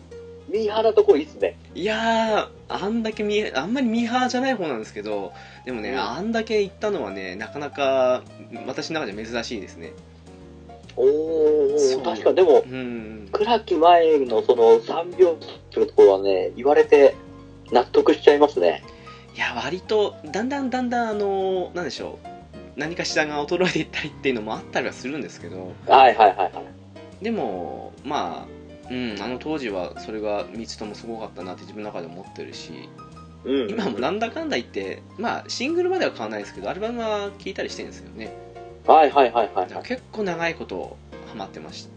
S2: ミーハーなとこいいっすね。
S1: いやーあんだけミーあんまりミーハーじゃない方なんですけどでもね、
S2: うん
S1: あんだけ行ったのはねなかなか私の中じゃ珍しいですね
S2: おー
S1: そう
S2: 確かに。でも、
S1: うん
S2: 倉木前のその3秒っていうところはね、言われて納得しちゃいますね。
S1: いや割とだんだんだんだんあのなんでしょう何かしらが衰えていったりっていうのもあったりはするんですけど
S2: はいはいはいはい。
S1: でもまあうんあの当時はそれが3つともすごかったなって自分の中で思ってるし
S2: うん。
S1: 今もなんだかんだ言ってまあシングルまでは買わないですけどアルバムは聴いたりしてるんですよね
S2: はいはいはいはい
S1: だか。ら結構長いことハマってまし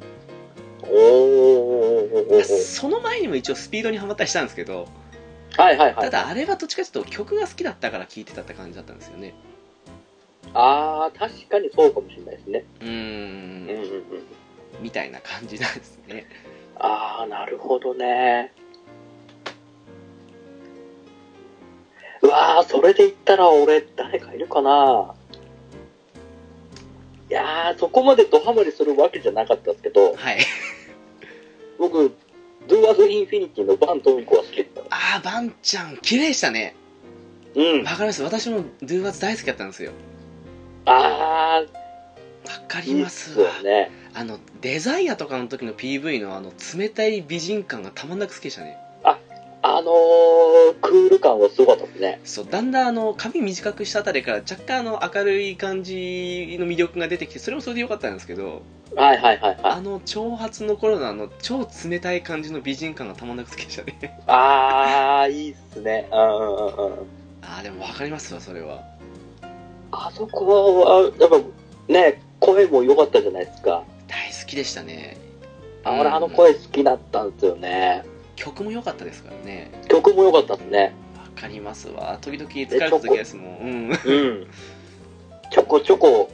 S2: おーおーおーおーお
S1: た
S2: ー
S1: その前にも一応スピードにハマったりしたんですけど
S2: はいはいは
S1: た
S2: い。
S1: だあれはどっちかというと曲が好きだったから聴いてたって感じだったんですよね
S2: ああ、確かにそうかもしれないですね。
S1: う
S2: うんんうんうん。
S1: みたいな感じなんですね
S2: ああ、なるほどね。うわー、それで言ったら俺、誰かいるかないやー、そこまでドハマりするわけじゃなかったんですけど、
S1: はい。
S2: 僕、Do As Infinity のバン・トミコは好きだったの。
S1: あー、バンちゃん、綺麗でしたね。
S2: うん。
S1: わかります。私もドゥーバツ大好きだったんですよ。
S2: あ
S1: わか
S2: ー、
S1: り
S2: いい
S1: ま
S2: っ
S1: す
S2: すよね。
S1: あの、デザイアとかの時の PV のあの、冷たい美人感がたまんなく好きでしたね。
S2: あのー、クール感はすごかったですね。
S1: そう、だんだんあの、髪短くしたあたりから若干あの、明るい感じの魅力が出てきて、それもそれで良かったんですけど、
S2: はいはいはいはい。
S1: あの、長髪の頃のあの、超冷たい感じの美人感がたまんなく好きでした ね。
S2: あー、いいっすね。うんうんうんうん。
S1: あー、でもわかりますわ、それは。
S2: あそこは、やっぱ、ね、声も良かったじゃないですか。
S1: 大好きでしたね。
S2: あ
S1: うん
S2: 俺、あの声好きだったんですよね。
S1: 曲も良かったですからね。
S2: 曲も良かったですね。
S1: わかりますわ。時々疲れた時ですもん。うん。
S2: うん。ちょこちょこ、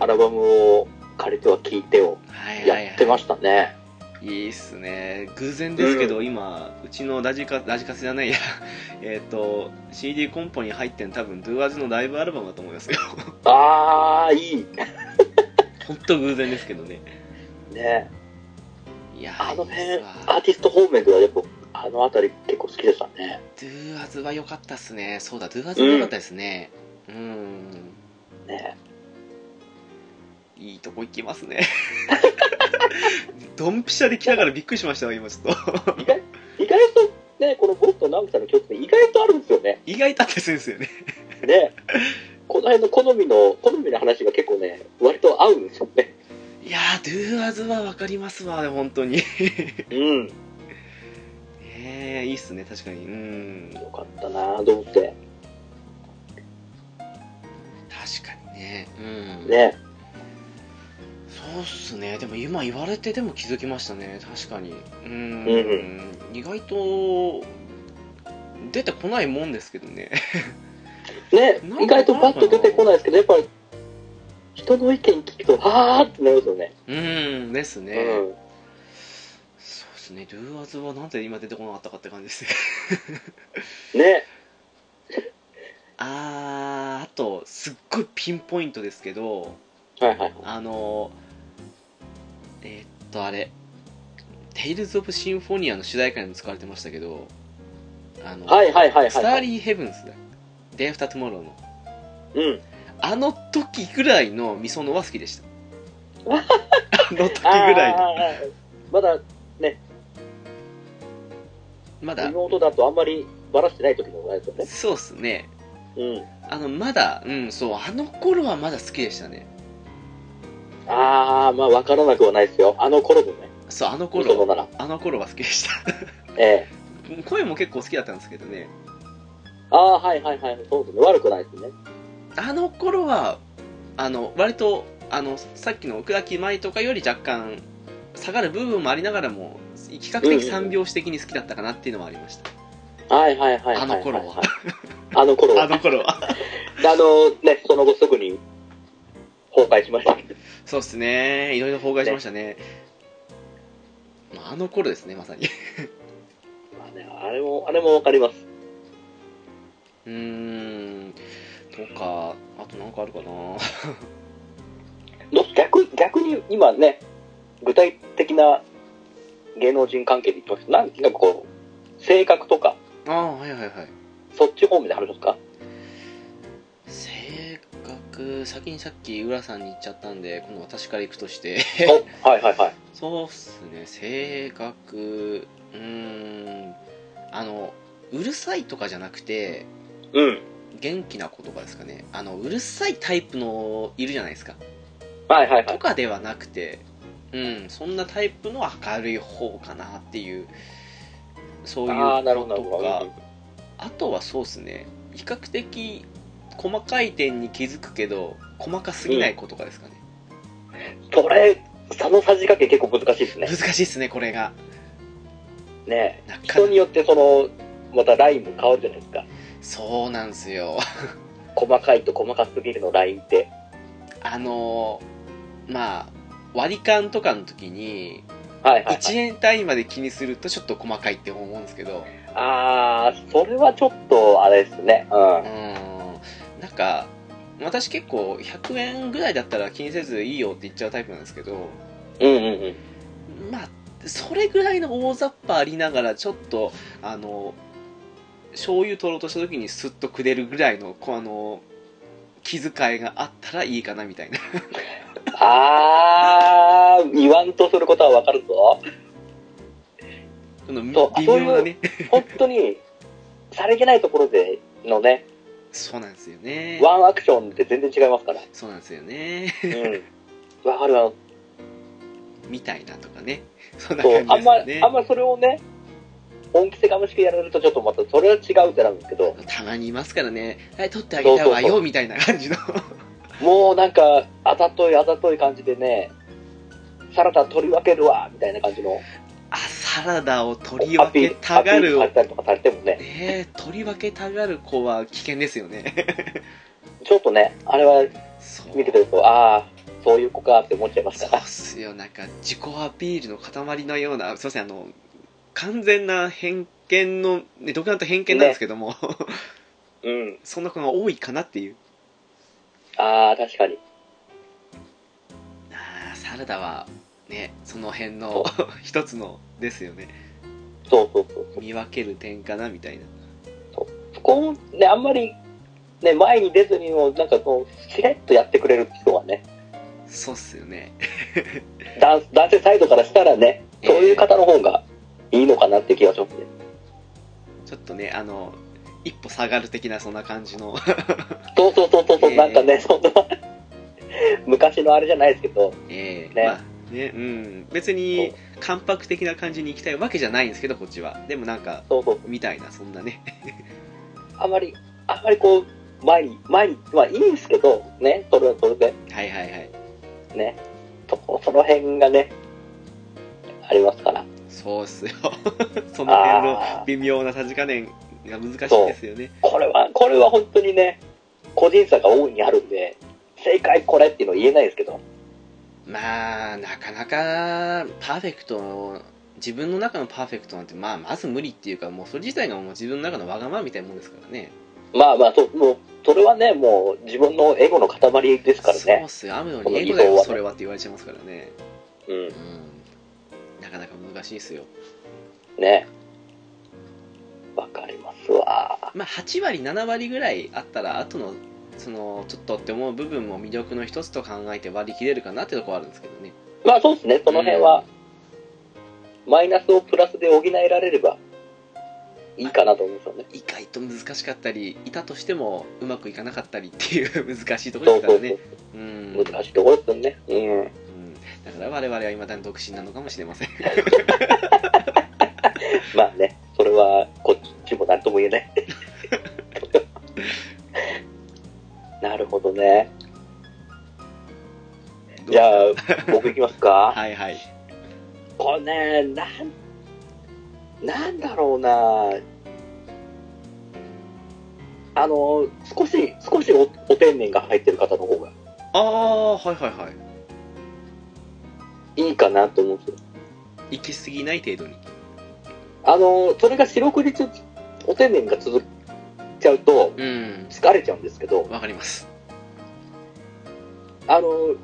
S2: アルバムを借りては聴いてを
S1: はいはい、はい。
S2: やってましたね。
S1: いいっすね。偶然ですけど、今、うちのラジカ、ラジカセじゃないや、 えっ、と、CD コンポに入ってん多分、ドゥアーズのライブアルバムだと思いますよ。
S2: あー、いい。
S1: ほんと偶然ですけどね。
S2: ね。
S1: いやー
S2: あの辺
S1: いいっす、
S2: ア
S1: わ
S2: ーティスト方面ではやっぱ、あの辺り結構好きでしたね。
S1: ドゥアーズは良かったっすね。そうだ、ドゥアーズは良かったですね。うーん。
S2: ね。
S1: いいとこ行きます ね。ドンピシャで来ながらびっくりしましたわ、今ちょっと。
S2: 意外、意外と、ね、この僕と直樹さんの曲って意外とあるんですよね。
S1: 意外とあったりするんですよね。
S2: ね。この辺の好みの、好みの話が結構ね、割と合うんですよね。
S1: いやー、ドゥアーズはわかりますわ、本当に。
S2: うん。
S1: えー、いいっすね、確かに。うん。
S2: よかったなぁと思って。
S1: 確かにねうん
S2: ね。
S1: そうっすねでも今言われてでも気づきましたね確かにうん
S2: うん
S1: 意外と出てこないもんですけどね
S2: ね
S1: なん、か
S2: 意外とパッと出てこないですけど、やっぱり、人の意見聞くと、はぁーってなりますよね。
S1: うんですね、
S2: うん。
S1: そうですねルーアーズはなんで今出てこなかったかって感じですね
S2: ね。
S1: あーあとすっごいピンポイントですけど
S2: はいはい。
S1: あのえーっとあれ「テイルズ・オブ・シンフォニア」の主題歌にも使われてましたけどあの、
S2: はいはいはいはい。
S1: スターリーヘブンズだ。デイフタトゥモローの。
S2: うん。
S1: あの時ぐらいのミソノは好きで した。あの時ぐ
S2: あー
S1: らいの。
S2: まだ、
S1: まだ、
S2: 妹だとあんまりバラしてない時でもないですよね。
S1: そうっすね。
S2: うん。
S1: あの、まだ、うん、そう、あの頃はまだ好きでしたね。
S2: あー、まあ分からなくはないですよ。あの頃もね。
S1: そう、あの
S2: 子供
S1: 頃、
S2: なら。
S1: あの頃は好きでした。
S2: ええ
S1: 声も結構好きだったんですけどね。
S2: あー、はいはいはい。そうですね。悪くないですね。
S1: あの頃は、あの、割と、あの、さっきの奥田き舞とかより若干、下がる部分もありながらも、比較的三拍子的に好きだったかなっていうのはありました。
S2: はいはいはいはいはい。
S1: あの頃は。
S2: あの頃は。
S1: あの頃は。
S2: であのね、その後すぐに崩壊しましたけど。
S1: そうですね、いろいろ崩壊しましたね。まあ、あの頃ですね、まさに。
S2: まあね、あれも、あれもわかります。
S1: うーん、とか、あとなんかあるかな。
S2: ど逆、逆に今ね、具体的な芸能人関係で言ってますけどなんなんかこう、性格とか、
S1: ああ、はいはいはい。
S2: そっち方面で話しますか
S1: 性格、先にさっき浦さんに言っちゃったんで、今度私から行くとして。
S2: お、はいはいはい。
S1: そうっすね、性格、うーん、あの、うるさいとかじゃなくて、
S2: うん。
S1: 元気な子とかですかね。あの、うるさいタイプのいるじゃないですか。
S2: はいはいは
S1: と
S2: い。
S1: かではなくて、うん、そんなタイプの明るい方かなっていう、そういう
S2: ああ、なる
S1: こ
S2: ほどな
S1: と
S2: るほ
S1: か
S2: ど、。
S1: あとはそうですね、比較的細かい点に気づくけど、細かすぎないことかですかね。
S2: それ、そのさじ加減結構難しいですね。
S1: 難しいですね、これが。
S2: ね
S1: なか
S2: 人
S1: な
S2: によってその、またラインも変わるじゃないですか。
S1: そうなんですよ。
S2: 細かいと細かすぎるのラインって。
S1: あのーまあ、割り勘とかの時に、
S2: はいはい、
S1: 1
S2: はい。
S1: 円単位まで気にするとちょっと細かいって思うんですけど、
S2: あー、それはちょっと、あれですね。うん。
S1: うーんなんか私結構100円ぐらいだったら気にせずいいよって言っちゃうタイプなんですけど
S2: うんうんうん。
S1: まあそれぐらいの大雑把ありながらちょっとあの醤油取ろうとした時にスッとくれるぐらいのこうあの気遣いがあったらいいかなみたいな
S2: あー、言わんとすることはわかる ぞ。
S1: この微
S2: そう
S1: 妙なね
S2: 本当に、さりげないところでのね、
S1: そうなんですよね
S2: ワンアクションって全然違いますから。
S1: そうなんですよね
S2: うん。わかるわ。
S1: みたいなとかね そんな
S2: そ
S1: 感、
S2: う
S1: じ
S2: あ
S1: で
S2: ん
S1: す
S2: ま
S1: よね、
S2: あんまそれをね、本気でがむしくやられるとちょっとまた、それは違うってなるんですけど、
S1: たまにいますからねはい取ってあげたわ
S2: そうそうそ
S1: よみたいな感じの
S2: もうなんか、あざといあざとい感じでね、サラダ取り分けるわ、みたいな感じの、
S1: あサラダを取り
S2: ア
S1: 分
S2: ピー
S1: け
S2: ル、
S1: たがる
S2: アピールされたりとかされてもね、
S1: ねえ取り分けたがる子は危険ですよね
S2: ちょっとね、あれは
S1: そう
S2: 見てくると、ああ、そういう子かって思っちゃいます
S1: そう
S2: から
S1: っ。すよなんか自己アピールの塊のようなすいませんあの完全な偏見の、ね、独断と偏見なんですけども、
S2: うん。
S1: そんな子が多いかなっていう
S2: ああ、確かに。
S1: あーサラダはねその辺の 一つのですよね
S2: そうそうそう。
S1: 見分ける点かなみたいな
S2: そこをね、あんまり、ね、前に出ずにも、なんかこう、しれっとやってくれる人はね、
S1: そうっすよね
S2: 男男性サイドからしたらね、そういう方の方がいいのかなって気がしますね。
S1: ちょっとねあの一歩下がる的なそんな感じの
S2: そうそうそうそう、
S1: え
S2: う
S1: え
S2: なんかね、そんな、 昔のあれじゃないですけど、
S1: ええ
S2: ね
S1: まあねうん別に関白的な感じに行きたいわけじゃないんですけどこっちはでもなんか
S2: そうそう、
S1: みたいなそんなね
S2: あまり、あまりこう、前に、前に、まあいいんですけど、ね、それはそれで、
S1: はいはいはい
S2: ね、そこ、その辺がね、ありますから。
S1: そうっすよ その辺の
S2: ああー、
S1: 微妙なさじ加減が難しいですよね
S2: これは、これは本当にね、個人差が大いにあるんで、正解これっていうのは言えないですけど、
S1: まあなかなかパーフェクト自分の中のパーフェクトなんて、まあ、まず無理っていうかもうそれ自体がもう自分の中のわがままみたいなもんですからね
S2: まあまあ、そもう、それはね、もう自分のエゴの塊ですから
S1: そうっ
S2: ね。
S1: すよアムロ
S2: こ
S1: に
S2: の
S1: エゴだ
S2: 移動
S1: よ
S2: はね
S1: それはって言われちゃいますからね
S2: うん
S1: う。んなかなか難しいですよ
S2: ね。わかりますわ。
S1: まあ、8割7割ぐらいあったら後のそのちょっとって思う部分も魅力の一つと考えて割り切れるかなってとこはあるんですけどね
S2: まあそうですね、その辺は、マイナスをプラスで補えられれば、いいかなと思うんですよね。
S1: 意外と難しかったりいたとしてもうまくいかなかったりっていう 難しいところ
S2: そ
S1: で
S2: う
S1: すか
S2: そ
S1: ら
S2: う
S1: ねう
S2: そ
S1: ん
S2: う。難しいところですよね。うん。
S1: うんだから我々は未だに独身なのかもしれません
S2: まあね、それは、こっちも何とも言え ない。なるほどね。じゃあ、僕行きますか。
S1: はいはい
S2: これね、なん、なんだろうなあの、少し、少しおお天然が入ってる方の方が
S1: ああはいはいはい
S2: いいかなと思うんですよ。
S1: 行き過ぎない程度に
S2: あの、それが四六日、お天然が続っちゃうと、
S1: うん
S2: 疲れちゃうんですけど、
S1: わかります
S2: あの、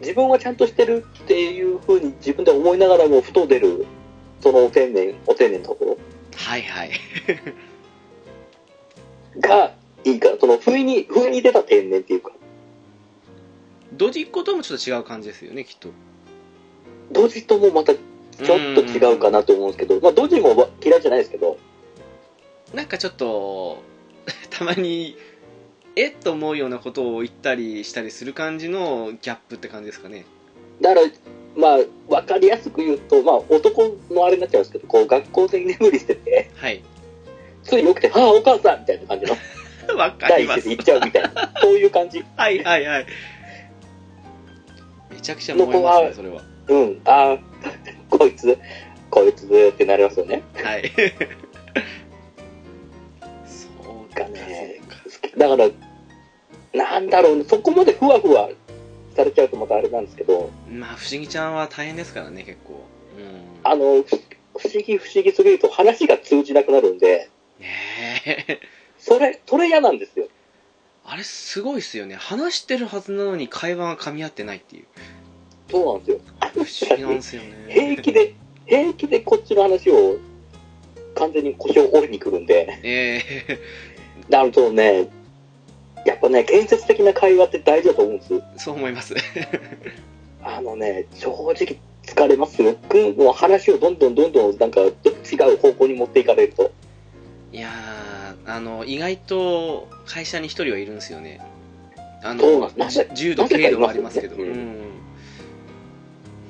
S2: 自分はちゃんとしてるっていうふうに自分で思いながらも、ふと出る、そのお天然、お天然のところ
S1: はいはい
S2: がいいかな。その、不意に、不意に出た天然っていうか、
S1: ドジっ子ともちょっと違う感じですよねきっと
S2: 同時ともまたちょっと違うかなと思うんですけど、まあ、ドジもわ嫌いじゃないですけど、
S1: なんかちょっとたまにえっと思うようなことを言ったりしたりする感じのギャップって感じですかね
S2: だから、まあ、わかりやすく言うと、まあ、男のあれになっちゃうんですけど、こう、学校で居眠りしてて、
S1: はい
S2: つい起きて、ああ、お母さんみたいな感じの、
S1: わか
S2: 第
S1: り
S2: 一
S1: ま
S2: 声
S1: す
S2: で行っちゃうみたいな、そういう感じ。
S1: はいはいはいめちゃくちゃ燃えますねそれは
S2: うん、ああ、こいつ、こいつってなりますよね。
S1: はい そうか
S2: がね
S1: そうか
S2: だから、なんだろうね、そこまでふわふわされちゃうとまたあれなんですけど、
S1: まあ不思議ちゃんは大変ですからね結構うん
S2: あの、ふ不思議不思議すぎると話が通じなくなるんで、
S1: ねえ
S2: それ、それ嫌なんですよ。
S1: あれすごいっすよね話してるはずなのに会話が噛み合ってないっていう
S2: そうなんですよ。
S1: 不思議なんですよね
S2: 平気で、平気でこっちの話を完全に腰を折りに来るんで、
S1: ええ
S2: なるとね、やっぱね、建設的な会話って大事だと思うんです。
S1: そう思います
S2: あのね、正直疲れますよ。くもう話をどんどんどんどんなんか違う方向に持っていかれると。
S1: いやーあの意外と会社に一人はいるんですよねあ
S2: そう
S1: の
S2: なんですなぜ
S1: 重度軽度はありますけど、
S2: なぜかいますよ
S1: うん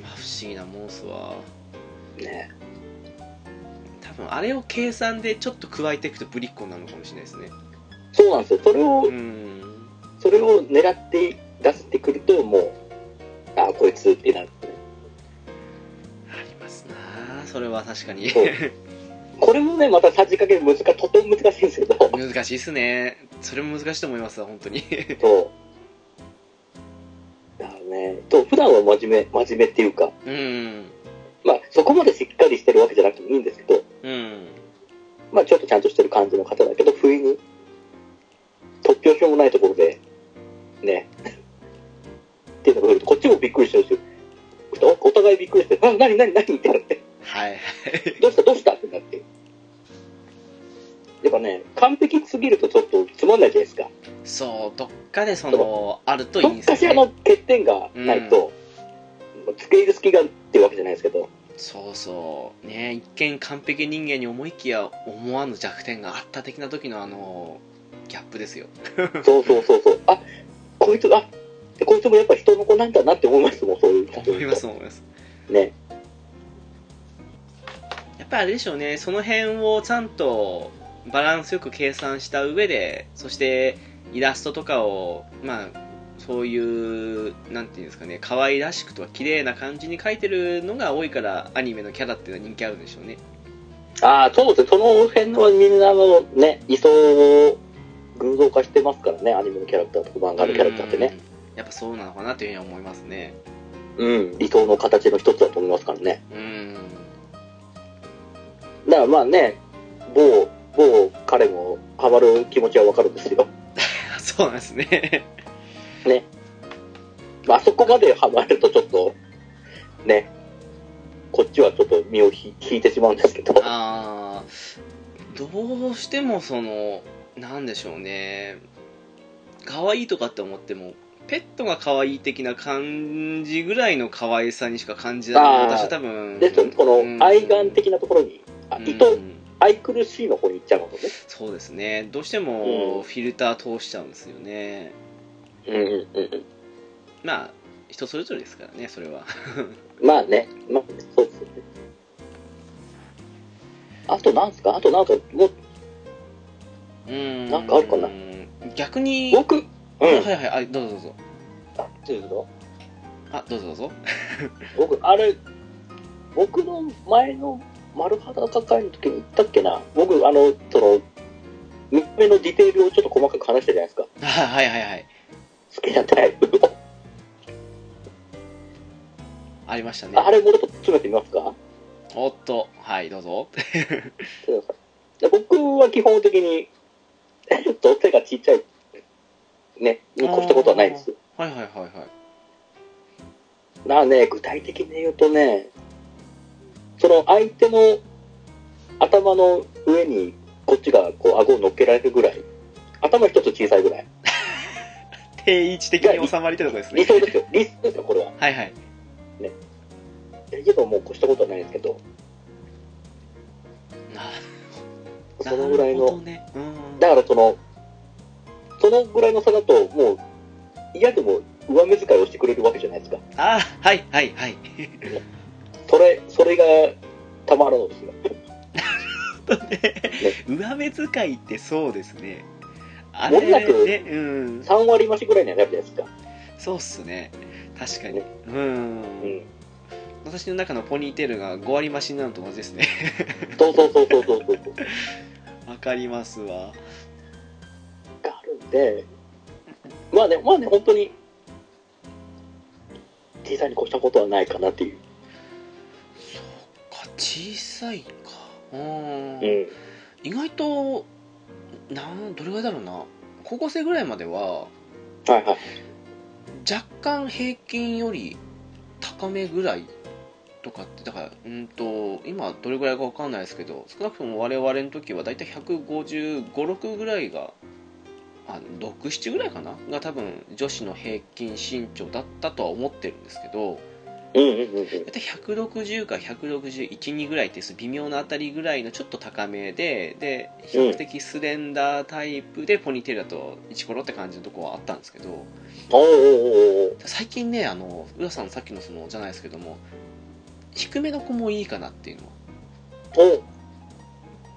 S1: まあ、不思議なモンスは
S2: ね、
S1: 多分あれを計算でちょっと加えていくとぶりっ子になるのかもしれないですね
S2: そうなんですよ。それを
S1: う、ん
S2: それを狙って出してくると、もう、あ、こいつってなる。
S1: ありますなあそれは確かに
S2: そうこれもね、またさじ加減難しい、とても難しいんですけど。
S1: 難しいっすねそれも難しいと思いますわ本当に
S2: そう。だからね、と普段は真面目、真面目っていうか、
S1: うん
S2: まあ、そこまでしっかりしてるわけじゃなくてもいいんですけど、
S1: うん
S2: まあ、ちょっとちゃんとしてる感じの方だけど、不意に、突拍子もないところで、ね、っていうのが来ると、こっちもびっくりしてるんですよ。おお互いびっくりして、あ、なになになにってなって、
S1: はい
S2: どうしたどうしたってなって。やっぱね、完璧すぎるとちょっとつまんないじゃないですか。
S1: そうどっかでそのあるとい
S2: ど
S1: いん
S2: っ
S1: です
S2: かし
S1: よ
S2: ら
S1: ね
S2: の欠点がないと、つけ入る隙がっていうわけじゃないですけど、
S1: そうそうね一見完璧人間に思いきや思わぬ弱点があった的な時のあのギャップですよ
S2: そうそうそうそう、あこいつ、あこいつもやっぱ人の子なんだなって思いますもん、そういう人
S1: 思います思います
S2: ね。
S1: やっぱりあれでしょうねその辺をちゃんとバランスよく計算した上でそしてイラストとかをまあそういうなんていうんですかね可愛らしくとか綺麗な感じに描いてるのが多いからアニメのキャラっていうのは人気あるんでしょうね
S2: ああ、そうですね、その辺はみんなのね、理想を偶像化してますからね、アニメのキャラクターとか漫画のキャラクターってね、
S1: うんやっぱそうなのかなというふうに思いますね
S2: うん、理想の形の一つだと思いますからね。
S1: うん
S2: だからまあね、某、某彼もハマる気持ちはわかるんですよ。
S1: あそうなんですね
S2: まああそこまでハマるとちょっと、ね、こっちはちょっと身をひ引いてしまうんですけど、
S1: ああどうしてもそのなんでしょうね可愛いとかって思ってもペットが可愛い的な感じぐらいの可愛さにしか感じられない
S2: あー
S1: 私は多分
S2: で、そのこ
S1: うん
S2: の愛眼的なところに、あ
S1: うん
S2: 意図、愛くるしいの方に行っちゃうのね。
S1: そうですねどうしても
S2: うん
S1: フィルター通しちゃうんですよね
S2: うんうんうんうん。
S1: まあ人それぞれですからねそれは
S2: まあね、まあ、そうですよね。あとなんすかあとなんか、もう、
S1: うん
S2: なんかあるかな
S1: 逆に、
S2: 僕、うん。
S1: はいはいあどうぞどうぞ
S2: あ、ちょっと
S1: あどうぞどうぞ
S2: 僕、あれ、僕の前の丸裸会の時に言ったっけな僕、あの、その、見た目のディテールをちょっと細かく話したじゃないですか。
S1: あはいはいはい
S2: 好きなタイプを。
S1: ありましたね
S2: あれもうちょっと詰めてみますか
S1: おっとはいどうぞ
S2: ちょっと待ってくださいで僕は基本的に、えっと、手がちっちゃい、ね、に越したことはないんですよ。
S1: はいはいはいはい
S2: なあね、具体的に言うとね、その相手の頭の上にこっちがこう顎を乗っけられるぐらい、頭一つ小さいぐらい。
S1: 定位置的に収まりたいところです
S2: 理
S1: ね。
S2: 想ですよ。理想ですよ、これは。
S1: はいはい。
S2: だけどもう越したことはないですけど、
S1: な
S2: そのぐらい
S1: なるほど
S2: の、
S1: ね。うん。
S2: だからその、そのぐらいの差だと、もう嫌でも上目遣いをしてくれるわけじゃないですか。
S1: あはいはいはい。
S2: それ、それがたまらんのですよ。
S1: 上目遣いってそうですね。あ
S2: もれなく
S1: ね、うん。
S2: 3割増しぐらいにはなるじゃないですか。
S1: そうっすね。確かに。
S2: ね
S1: うん
S2: う。ん。
S1: 私の中のポニーテールが5割増しになるのと同じですね。
S2: そうそうそうそうそうそうそう。
S1: わかりますわ。
S2: があるんで、まあね、まあね、本当に、小さいに越したことはないかなっていう。
S1: か小さいかうん、
S2: うん。
S1: 意外となんどれぐらいだろうな高校生ぐらいまでは
S2: はいはい。
S1: 若干平均より高めぐらいとかってだからうんと今どれぐらいか分かんないですけど少なくとも我々の時はだいたい155156ぐらいが67ぐらいかなが多分女子の平均身長だったとは思ってるんですけど
S2: うんうんうんうん。
S1: 大体160か1612ぐらいっていう微妙なあたりぐらいのちょっと高めでで比較的スレンダータイプでポニーテールだと1コロって感じのとこはあったんですけど
S2: おーおーおーおー
S1: 最近ねあの浦さんさっきのそのじゃないですけども低めの子もいいかなっていうのは
S2: おー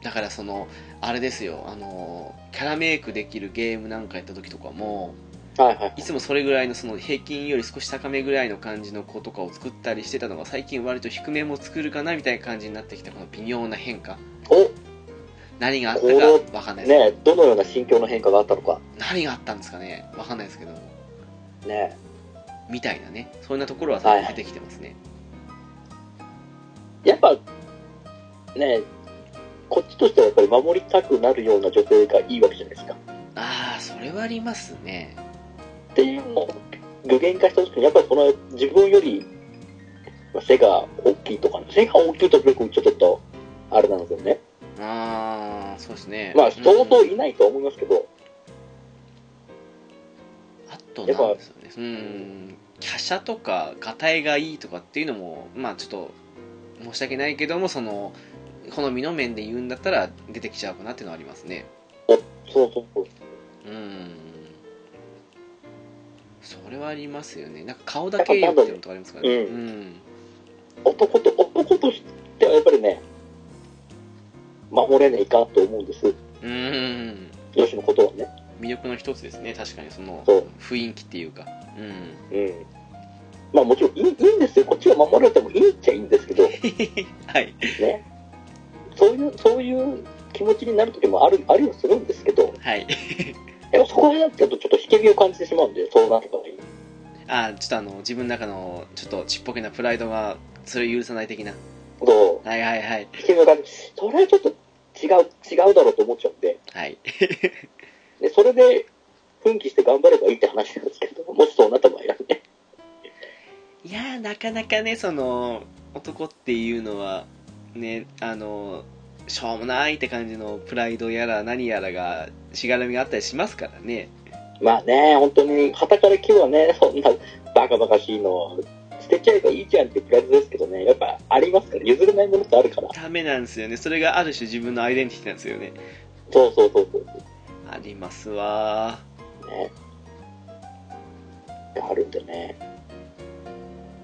S1: だからそのあれですよあのキャラメイクできるゲームなんかやった時とかも
S2: はいはい。
S1: いつもそれぐらいのその平均より少し高めぐらいの感じの子とかを作ったりしてたのが最近割と低めも作るかなみたいな感じになってきたこの微妙な変化
S2: お
S1: 何があったかわかんないです、
S2: ねえどのような心境の変化があったのか。
S1: 何があったんですかねわかんないですけども
S2: ね
S1: みたいなねそんなところは
S2: はい
S1: 出てきてますね、
S2: えやっぱ、ねえこっちとしてはやっぱり守りたくなるような女性がいいわけじゃないですか。
S1: ああそれはありますね
S2: っていうのを具現化した時にやっぱりその自分よりまあ背が大きいとか、背が大きいと僕ちょっとあれなんですよね
S1: ああそうですね
S2: まあ相当
S1: うん
S2: いないとは思いますけど、
S1: あとなんですよねうん華奢とかがたいがいいとかっていうのもまあちょっと申し訳ないけどもその好みの面で言うんだったら出てきちゃうかなっていうのはありますね
S2: そうそうそう
S1: うんそれはありますよねなんか顔だけよっていうのとかありますからね
S2: うん
S1: うん
S2: 男と男としてはやっぱりね守れねえかんと思うんです
S1: うん
S2: 女子のことはね
S1: 魅力の一つですね確かにその
S2: そう
S1: 雰囲気っていうかうん
S2: うんまあもちろんいいいいんですよこっちが守られてもいいっちゃいいんですけど
S1: はい
S2: ねそういうそういう気持ちになる時もあるありはするんですけど
S1: はい
S2: やっぱそこになっちゃうとちょっと引け目を感じてしまうんでそうなるからに
S1: あーちょっとあの自分の中のちょっとちっぽけなプライドがそれを許さない的な
S2: そう
S1: はいはいはい
S2: 引け目を感じそれはちょっと違う違うだろうと思っちゃうんで
S1: はい
S2: でそれで奮起して頑張ればいいって話なんですけどもしそうなった場合はね
S1: いやーなかなかねその男っていうのはねあのしょうもないって感じのプライドやら何やらがしがらみがあったりしますからね
S2: まあね本当に旗から木はねそんなバカバカしいのを捨てちゃえばいいじゃんってプライドですけどねやっぱありますから譲れないものってあるから
S1: ダメなんですよねそれがある種自分のアイデンティティなんですよね
S2: そうそうそうそう
S1: ありますわ
S2: ねあるんでね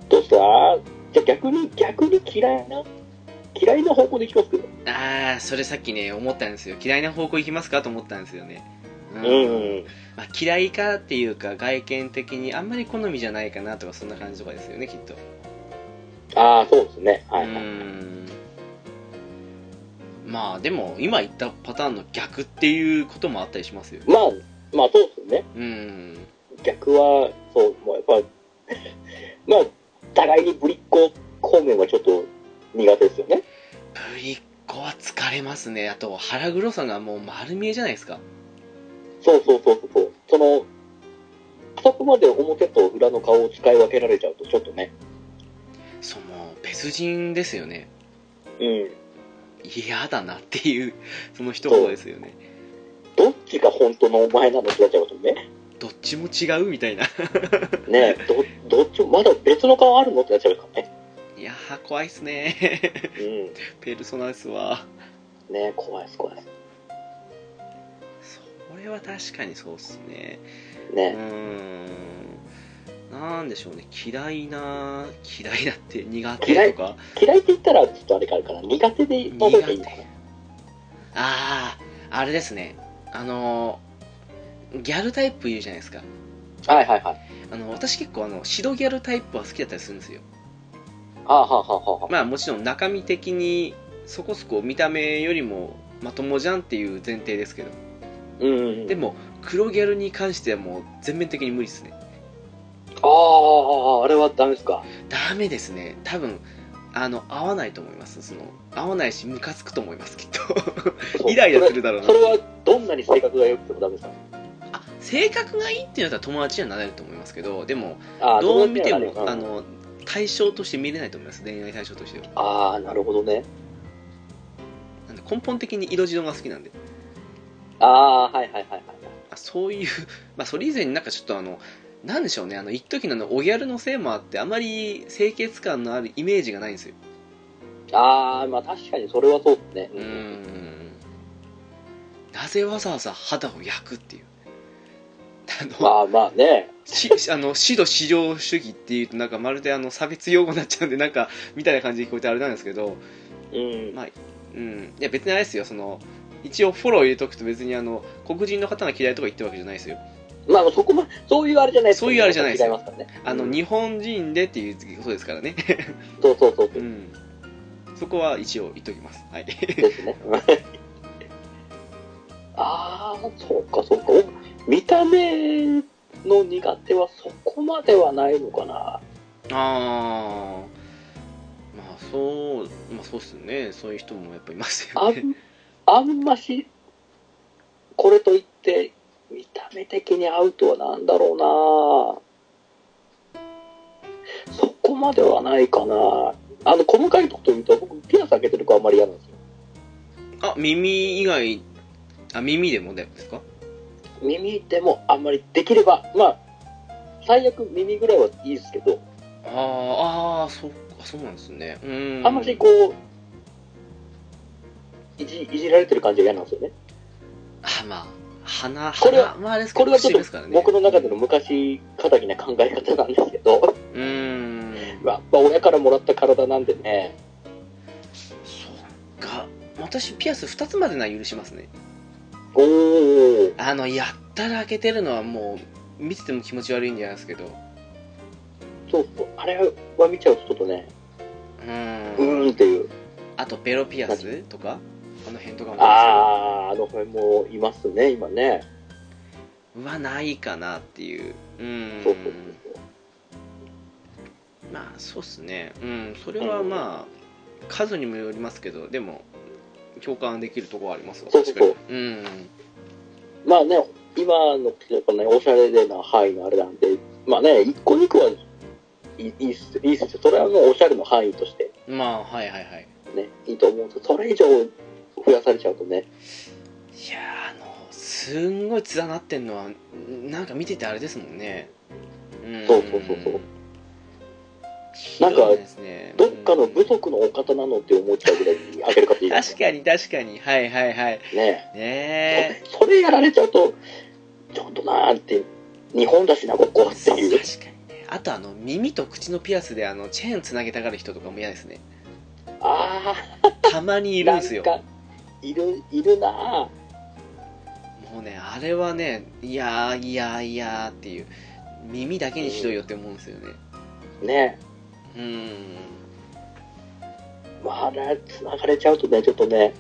S2: どうしたじゃあ逆に逆に嫌いな嫌いな方向でいきますけど
S1: ーあーそれさっきね思ったんですよ嫌いな方向行きますかと思ったんですよね
S2: うん
S1: まあ、嫌いかっていうか外見的にあんまり好みじゃないかなとかそんな感じとかですよねきっと
S2: ああそうですねは
S1: う
S2: いはい
S1: んまあでも今言ったパターンの逆っていうこともあったりしますよ
S2: まあまあそうですね
S1: うん
S2: 逆はそうもうやっぱ まあ互いにぶりっ子方面はちょっと苦手ですよね
S1: ぶりっ子は疲れますねあと腹黒さがもう丸見えじゃないですか
S2: そうそうそうそうそうそのそこまで表と裏の顔を使い分けられちゃうとちょっとね
S1: その別人ですよね
S2: うん
S1: 嫌だなっていうその一言ですよね
S2: どっちが本当のお前なのってなっちゃいますよね
S1: どっちも違うみたいな
S2: ねえ、どどっちも、まだ別の顔あるのってなっちゃうからね。
S1: いやー怖いっすね
S2: う
S1: ペルソナですわ
S2: ん。ねえ、怖いです、怖いです。
S1: それは確かにそうっすねう
S2: ね
S1: ーんなんでしょうね嫌いな嫌いだって苦
S2: 嫌
S1: 手
S2: い
S1: とか
S2: え、嫌いって言ったら、ちょっとあれがあるから、苦手で言ったいいのかな。
S1: あああれですねあのーギャルタイプいるじゃないですか
S2: はいはいはい。
S1: あの私結構あの白ギャルタイプは好きだったりするんですよ
S2: はあはあはあはあ。
S1: まあもちろん中身的にそこそこ見た目よりもまともじゃんっていう前提ですけど
S2: うん、うん。
S1: でも黒ギャルに関してはもう全面的に無理ですね
S2: ああ、あれはダメですか。
S1: ダメですね多分あの合わないと思いますその合わないしムカつくと思いますきっと
S2: そう
S1: イライラするだろうな
S2: それはどんなに性格が良くてもダメですか
S1: あ性格がいいっていうのだったら友達にはなれると思いますけどでも
S2: ああ、
S1: どう見て
S2: 友
S1: も
S2: 達には
S1: あ
S2: なる
S1: の対象として見れないと思います恋愛対象としては
S2: ああ、なるほどね。
S1: なんで根本的に色白が好きなんで
S2: ああ、はいはいはいはい。
S1: あそう いう、まあ、それ以前になんかちょっとあのなんでしょうねあの一時のあのおギャルのせいもあってあまり清潔感のあるイメージがないんですよ
S2: ああ、まあ確かにそれはそうですね。
S1: うーんなぜわざわざ肌を焼くっていう あの、
S2: まあまあね。
S1: し あの死度至上主義っていうとなんかまるであの差別用語になっちゃうんでなんかみたいな感じに聞こえてあれなんですけど
S2: うん。
S1: うんいや別にあれですよその一応フォロー入れとくと別にあの黒人の方が嫌いとか言ってるわけじゃないですよ
S2: まあそこも、そういうあれじゃないです
S1: そういうあれじゃないです
S2: 違いますからね。
S1: あの、
S2: うん
S1: 日本人でっていうことですから ね
S2: そうそうそうそうう。
S1: んそこは一応言っときます はい
S2: ですね。 ああ、そうかそうか。お見た目の苦手はそこまではないのかな。
S1: ああまあそうまあそうっすねそういう人もやっぱいます
S2: あ
S1: よね
S2: ん、あんまし、これといって、見た目的に合うとはなんだろうなそこまではないかなあの、細かいこと言うと、僕、ピアス開けてる子あんまり嫌なんですよ。
S1: あ耳以外あ耳でもですか
S2: 耳でもあんまりできれば、まあ、最悪耳ぐらいはいいですけど、
S1: あーあーそうあそうなんですねうん
S2: あんまりこう、いじいじられてる感じは嫌なんですよね。
S1: あまあ鼻
S2: これは
S1: 鼻まああれですけ
S2: こ
S1: ど
S2: れはちょっ
S1: 口ですから
S2: と
S1: ね
S2: 僕の中での昔、かたぎな考え方なんですけど、
S1: うーん
S2: やっぱ親からもらった体なんでね、
S1: そっか私ピアス2つまでなら許しますね
S2: おー、
S1: あのやったら開けてるのはもう見てても気持ち悪いんじゃないですけどう
S2: そうそう、あれは見ちゃうとちょっとね、う
S1: ーん
S2: ーんっていう、
S1: あとベロピアスとかあの辺とかも
S2: あー、あの辺もいますね、今ね。
S1: はないかなっていううー
S2: そうそうんそう
S1: まあそうっすねうんそれはまあ数にもよりますけどでも共感できるところはありますわ
S2: そうそう
S1: 確か
S2: そう
S1: にうん
S2: まあね、今のやっぱね、おしゃれでな範囲のあれなんで、まあね、1個2個はいいいいっすいいっすよ。それはもうおしゃれの範囲として
S1: まあはいはいはい
S2: ね、いいと思うんですけど、それ以上増やされちゃうとね、
S1: いやーあのすんごい連なってんのはなんか見ててあれですもんねうん
S2: そうそうそうそう
S1: ひどい
S2: なんか
S1: ですね
S2: どっかの部
S1: うん
S2: 族のお方なのって思っちゃうぐらいに開ける方います
S1: 確かに確かにはいはいはい
S2: ね。
S1: ね
S2: そそれやられちゃうと、ちょっとなーって、日本だしな、ここ
S1: え
S2: って
S1: 確かに
S2: いう
S1: ね。あとあの耳と口のピアスであのチェーンつなげたがる人とかも嫌ですね
S2: ああ、
S1: たまにいるんですよ
S2: なんか、いる、いるな
S1: もうねあれはねいやーいやーいやーっていう耳だけにひどいよって思うんですよね
S2: ーね。
S1: うん
S2: まあ、あれ、繋がれちゃうとね、ちょっとね、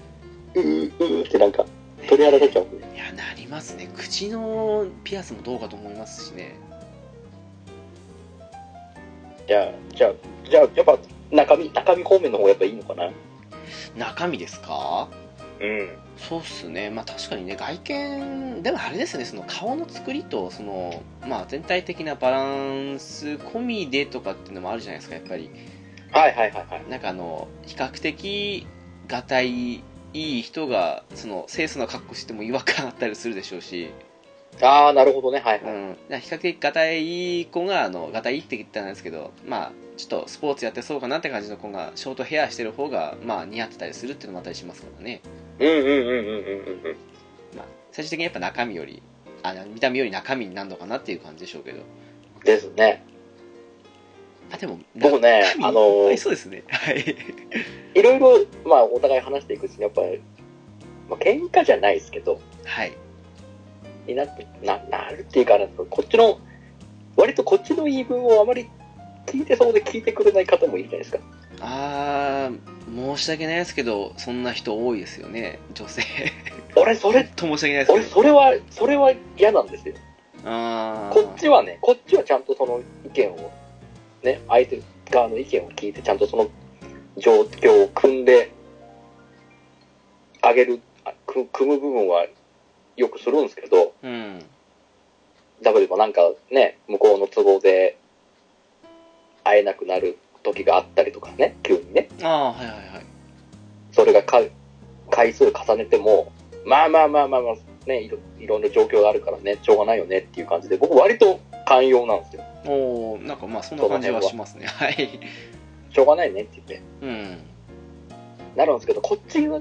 S2: うー、うーってなんか、取り荒れちゃうね。
S1: いやなりますね口のピアスもどうかと思いますしね
S2: じゃあ、じゃあ、じゃあ、やっぱ、中身、中身方面の方がやっぱいいのかな。
S1: 中身ですか
S2: うん。
S1: そうっすねまあ確かにね外見でもあれですねその顔の作りとその、まあ、全体的なバランス込みでとかっていうのもあるじゃないですかやっぱり
S2: はいはいはいはい。
S1: なんかあの比較的がたいいい人がその清楚な格好しても違和感あったりするでしょうし、
S2: ああ、なるほどね、はいうい。
S1: ん、だから比較的がたいいい子があのがたいいって言ったんですけどまあちょっとスポーツやってそうかなって感じの子がショートヘアしてる方がまあ似合ってたりするっていうのもあったりしますからね、
S2: うんうんうんうんうんうん。
S1: まあ、最終的にやっぱ中身よりあ見た目より中身になるのかなっていう感じでしょうけど
S2: ですね。
S1: あでも
S2: 僕ね
S1: 中身
S2: あのー
S1: はいそうですねはい
S2: いろいろ、まあ、お互い話していくうちに、やっぱり、まあ、喧嘩じゃないですけど、
S1: はい
S2: になってななるっていうかなんですけどこっちの割とこっちの言い分をあまり聞いてそうで聞いてくれない方もいるじゃないですか
S1: あー申し訳ないですけどそんな人多いですよね女性
S2: 俺それ
S1: と申し訳ないですけ
S2: 俺
S1: ど
S2: それはそれは嫌なんですよ
S1: ああ
S2: こっちはね、こっちはちゃんとその意見を、ね、相手側の意見を聞いて、ちゃんとその状況を組んで、あげる、あく組む部分はよくするんですけど、
S1: うん
S2: だけどなんかね、向こうの都合で会えなくなる時があったりとかね、急にね、
S1: ああはいはいはい
S2: それがか回数重ねても、まあまあまあまあまあ、ね、いろいろんな状況があるからね、しょうがないよねっていう感じで、僕割と寛容なんですよ。
S1: おおなんかまあそんな感じはしますねはい
S2: しょうがないねって言って。
S1: うん
S2: なるんですけど、こっちが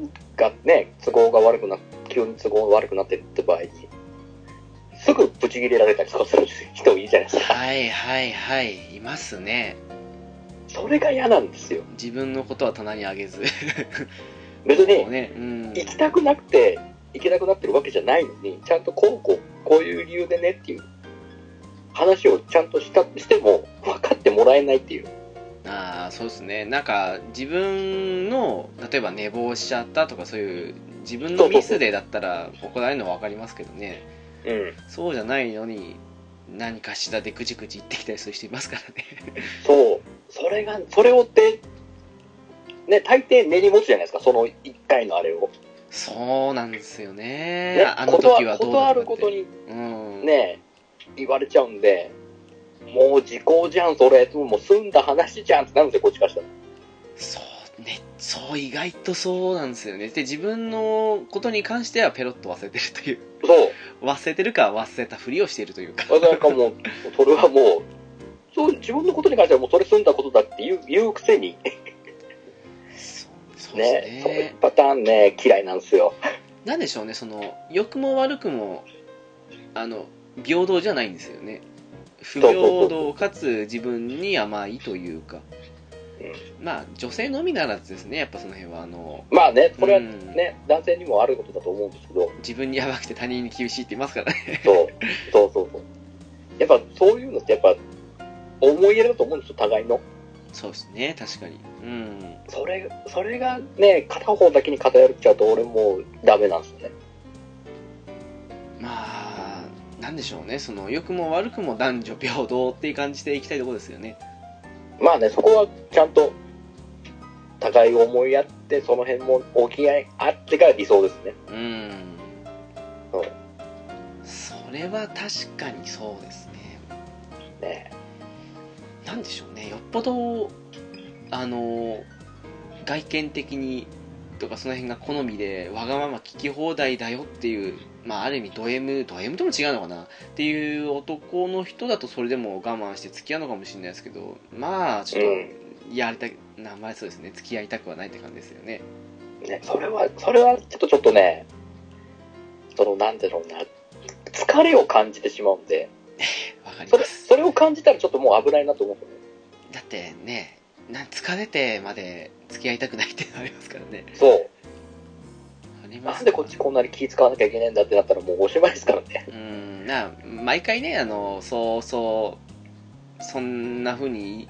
S2: ね、都合が悪くな、急に都合が悪くなってって場合に、すぐブチ切れられたりとかする人いいじゃないですか。
S1: はいはいはいいますね
S2: それが嫌なんですよ。
S1: 自分のことは棚にあげず
S2: 別
S1: もう
S2: に、
S1: ねうん
S2: 行きたくなくて、行けなくなってるわけじゃないのに、ちゃんとこうこう、こういう理由でねっていう話をちゃんとした、しても、分かってもらえないっていう。
S1: ああそうですねなんか自分の例えば寝坊しちゃったとかそういう自分のミスでだったら怒られるのは分かりますけどね
S2: うん。
S1: そうじゃないのに何かしらでぐちぐち言ってきたりする人いますからね
S2: そう。それが、それをって、ね、大抵根に持つじゃないですか、その一回のあれを。
S1: そうなんですよね
S2: ね
S1: ああの時はどうだ
S2: 断断
S1: と
S2: る
S1: か
S2: こ
S1: っ
S2: と
S1: て
S2: に
S1: うん
S2: ね言われちゃうんで、もう時効じゃん、それ、もう済んだ話じゃんってなるんですよ、こっちからしたら。
S1: そうねそう意外とそうなんですよねで自分のことに関してはペロッと忘れてるという
S2: そう、
S1: 忘れてるか忘れたふりをしているというか
S2: だからもう、それはもう、そう自分のことに関してはもうそれ済んだことだって言う言うくせに、ね
S1: そう そうで
S2: ね、
S1: す
S2: そうい
S1: ね
S2: うパターンね、嫌いなんですよ。
S1: なんでしょうねその良くも悪くもあの平等じゃないんですよね不
S2: うそうそ
S1: 平
S2: う
S1: 等かつ自分に甘いというかまあ女性のみならずですねやっぱその辺はあの
S2: まあね、それは
S1: うん
S2: ね、男性にもあることだと思うんですけど、
S1: 自分に甘くて他人に厳しいって言いますからね
S2: そう、そうそうそう。やっぱそういうのってやっぱ、思い入れだと思うんですよ、互いの。
S1: そうですね確かにうん
S2: それ、それがね、片方だけに偏っちゃうと俺もうダメなんですよね。
S1: まあなんでしょうねその良くも悪くも男女平等っていう感じでいきたいところですよね
S2: まあね、そこはちゃんと互いを思いやって、その辺も補い合いあってが理想ですね。
S1: うん
S2: そう
S1: それは確かにそうですね
S2: ね。
S1: なんでしょうねよっぽどあの外見的にとかその辺が好みでわがまま聞き放題だよっていうまあある意味ド M ド M とも違うのかなっていう男の人だとそれでも我慢して付き合うのかもしれないですけどまあちょっと
S2: うん
S1: やりたく、なまあそうですね付き合いたくはないって感じですよね
S2: ね、それは、それはちょっとちょっとね、その、なんだろうな、疲れを感じてしまうんで、
S1: わかり
S2: そ
S1: ま
S2: れ、
S1: す
S2: それを感じたらちょっともう危ないなと思うんですよね。
S1: だってねなん疲れてまで付き合いたくないっていうのありますからね
S2: そう。
S1: あります
S2: なんでこっちこんなに気使わなきゃいけないんだってなったらもうおしまいですからね。
S1: うんな毎回ねあのそうそうそんな風に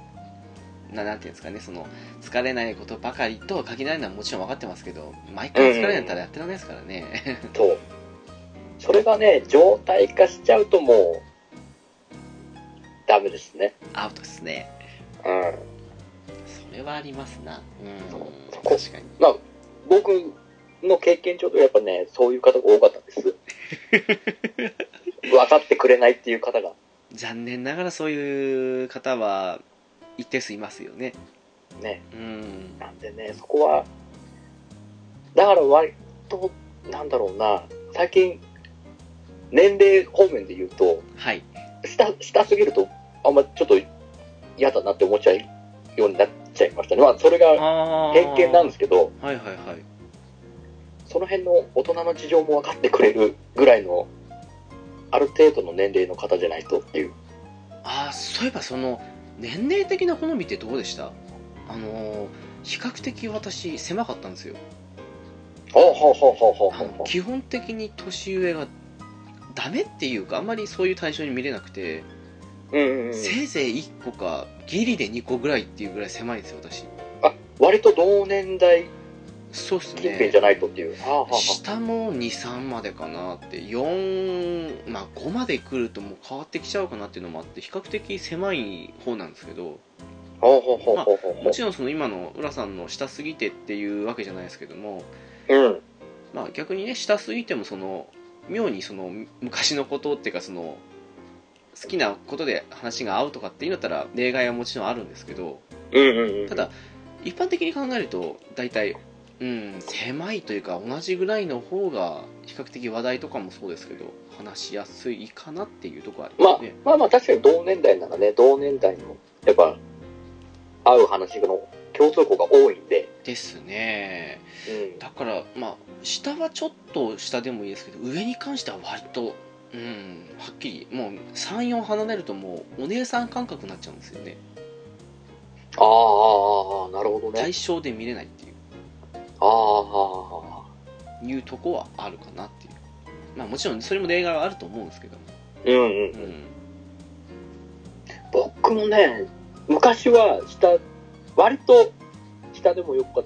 S1: ななんていうんですかねその疲れないことばかりと限られるのはもちろん分かってますけど毎回疲れないったらやってられないですからね、
S2: そう。それがね、状態化しちゃうともう、ダメですね。
S1: アウトですね
S2: うん。
S1: それはありますなうん
S2: そう
S1: 確かに
S2: まあ、僕の経験上ではやっぱね、そういう方が多かったん です。分かってくれないっていう方が。
S1: 残念ながらそういう方は一定数いますよね
S2: ね。
S1: うん
S2: なんでね、そこは、だから割と、なんだろうな、最近、年齢方面で言うと、
S1: はい
S2: 下、下すぎると、あんまちょっと嫌だなって思っちゃうようになっちゃいましたね。まあ、それが
S1: あ
S2: 偏見なんですすけど、
S1: はいはいはい
S2: その辺の大人の事情も分かってくれるぐらいの、ある程度の年齢の方じゃないとっていう。
S1: あーそういえばその年齢的な好みってどうでしたあのー比較的私狭かったんですよ
S2: あはあはあは
S1: あの基本的に年上がダメっていうかあんまりそういう対象に見れなくて、
S2: うんうんうん。
S1: せいぜい1個かギリで2個ぐらいっていうぐらい狭いんですよ私
S2: あ、割と同年代
S1: そうっす
S2: 近辺
S1: ね
S2: じゃないとっていう。ああ、はあは
S1: 下も23までかなって4まあ5まで来るともう変わってきちゃうかなっていうのもあって比較的狭い方なんですけど
S2: あ。はあはあはあはあ
S1: もちろんその今の浦さんの下すぎてっていうわけじゃないですけども
S2: うん。
S1: まあ逆にね下すぎてもその妙にその昔のことっていうかその好きなことで話が合うとかっていうんだったら例外はもちろんあるんですけど
S2: うんうんうん。
S1: ただ、一般的に考えると大体うん狭いというか同じぐらいの方が比較的話題とかもそうですけど話しやすいかなっていうところあり
S2: ま
S1: ま
S2: あ
S1: すね、、
S2: まあまあ確かに同年代ならね、同年代の、やっぱ、合う話の共通項が多いんで、
S1: ですね
S2: うん。
S1: だからまあ下はちょっと下でもいいですけど上に関しては割とうんはっきりもう34離れるともうお姉さん感覚になっちゃうんですよね
S2: ああ、ああ、ああ、なるほどね。
S1: 対象で見れないっていう
S2: ああ、ああ、
S1: いうとこはあるかなっていうまあもちろんそれも例外はあると思うんですけども
S2: うんうん
S1: う。ん
S2: 僕もね、昔は下、割と下でもよかっ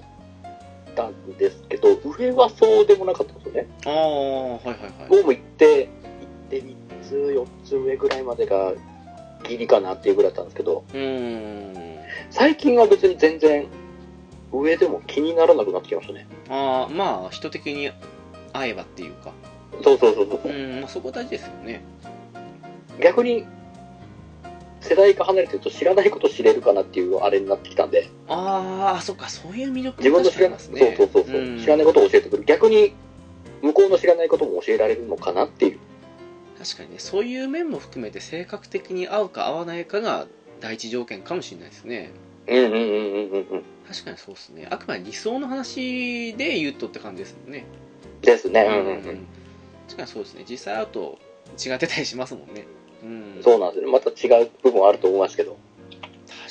S2: たんですけど、上はそうでもなかったんですよね。
S1: ああはいはいはい
S2: 僕も行って、行って3つ、4つ上ぐらいまでが、ギリかなっていうぐらいだったんですけど、
S1: うーん
S2: 最近は別に全然、上でも気にならなくなってきましたね。
S1: あーまあ人的に会えばっていうか
S2: そうそうそうそうう。
S1: ん、まあ、そこ大事ですよね
S2: 逆に、世代が離れてると知らないこと知れるかなっていうあれになってきたんで、
S1: ああそっかそういう魅力
S2: 自分の知らない、
S1: 確かにあります
S2: そうそうそうそう、
S1: ん
S2: 知らないことを教えてくる。逆に、向こうの知らないことも教えられるのかなっていう。
S1: 確かにねそういう面も含めて性格的に合うか合わないかが第一条件かもしれないですね
S2: うんうんうんうんうんうん。
S1: 確かにそうですねあくまで理想の話で言うとって感じですもんね
S2: ですね。うんう
S1: うんん確かにそうですね実際会うと違ってたりしますもんねう
S2: うんん。そうなんですよね。また違う部分はあると思いますけど。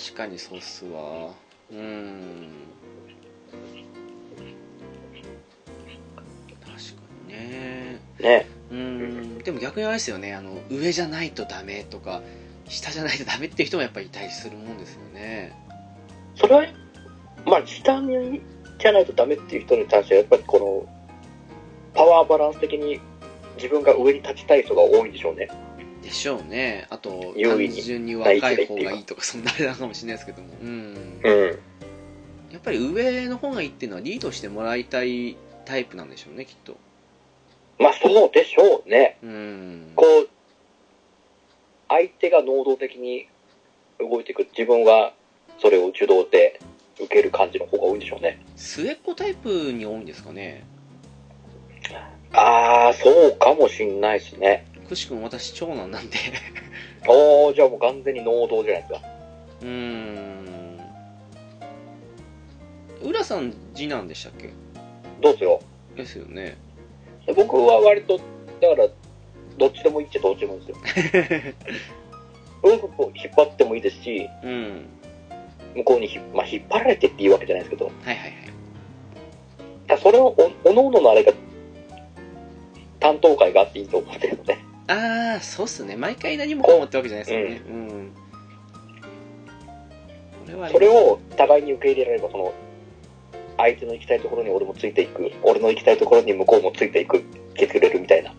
S1: 確かにそうっすわうーん確かにね
S2: ね。
S1: うーんでも逆にあれですよねあの上じゃないとダメとか下じゃないとダメっていう人もやっぱりいたりするもんですよね
S2: それは、まあ、下に、じゃないとダメっていう人に対しては、やっぱりこの、パワーバランス的に自分が上に立ちたい人が多いんでしょうね。
S1: でしょうねあと
S2: 優位
S1: 単
S2: に
S1: 純に若い方がいいとかそんなあれなのかもしれないですけどもうん
S2: うん。
S1: やっぱり上の方がいいっていうのはリードしてもらいたいタイプなんでしょうねきっと
S2: まあ、そうでしょうね。
S1: うん
S2: こう、相手が能動的に動いていく。自分はそれを受動で受ける感じの方が多いんでしょうね。
S1: 末っ子タイプに多いんですかね
S2: ああ、そうかもしんないですね。
S1: くしくも私長男なんで
S2: おー、じゃあもう完全に能動じゃないですか。
S1: うーん浦さん次男でしたっけ
S2: どうっすよ。
S1: ですよね
S2: 僕は割と、だから、どっちでもいいっちゃどっちでもいいんですよ。僕も引っ張ってもいいですし、
S1: うん
S2: 向こうにひ、まあ、引っ張られてっていうわけじゃないですけど、
S1: はいはいはい
S2: ただそれをお、おのおののあれが、担当会があっていいと思ってるので、
S1: ああそうっすね毎回何もこう思ってわけじゃないですよねうん、これはあり
S2: それを互いに受け入れられれば、その、相手の行きたいところに俺もついていく、俺の行きたいところに向こうもついていく、受けてくれるみたいな。
S1: か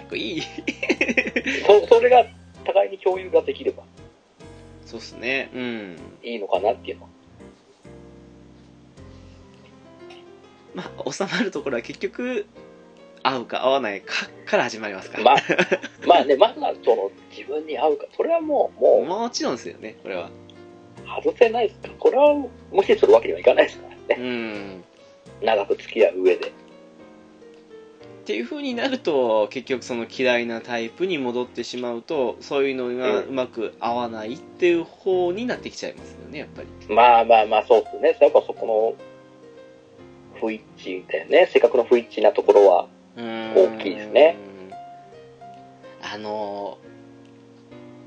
S1: っこいい
S2: そ、それが、互いに共有ができれば
S1: そうっすねうん
S2: いいのかなっていうのは。
S1: まあ収まるところは結局合うか合わないかから始まりますから、
S2: まあ、まあね、まずはその自分に合うか、それはもう、も
S1: もちろんですよねこれは
S2: う外せないですから、これは無視するわけにはいかないですから
S1: う
S2: ね、
S1: ん
S2: 長く付き合う上で。
S1: っていう風になると結局その嫌いなタイプに戻ってしまうとそういうのが
S2: うん
S1: うまく合わないっていう方になってきちゃいますよねやっぱり
S2: まあまあまあ、そうですね、やっぱそこの不一致だよね、性格の不一致なところは、
S1: 大
S2: 大きいですね
S1: あの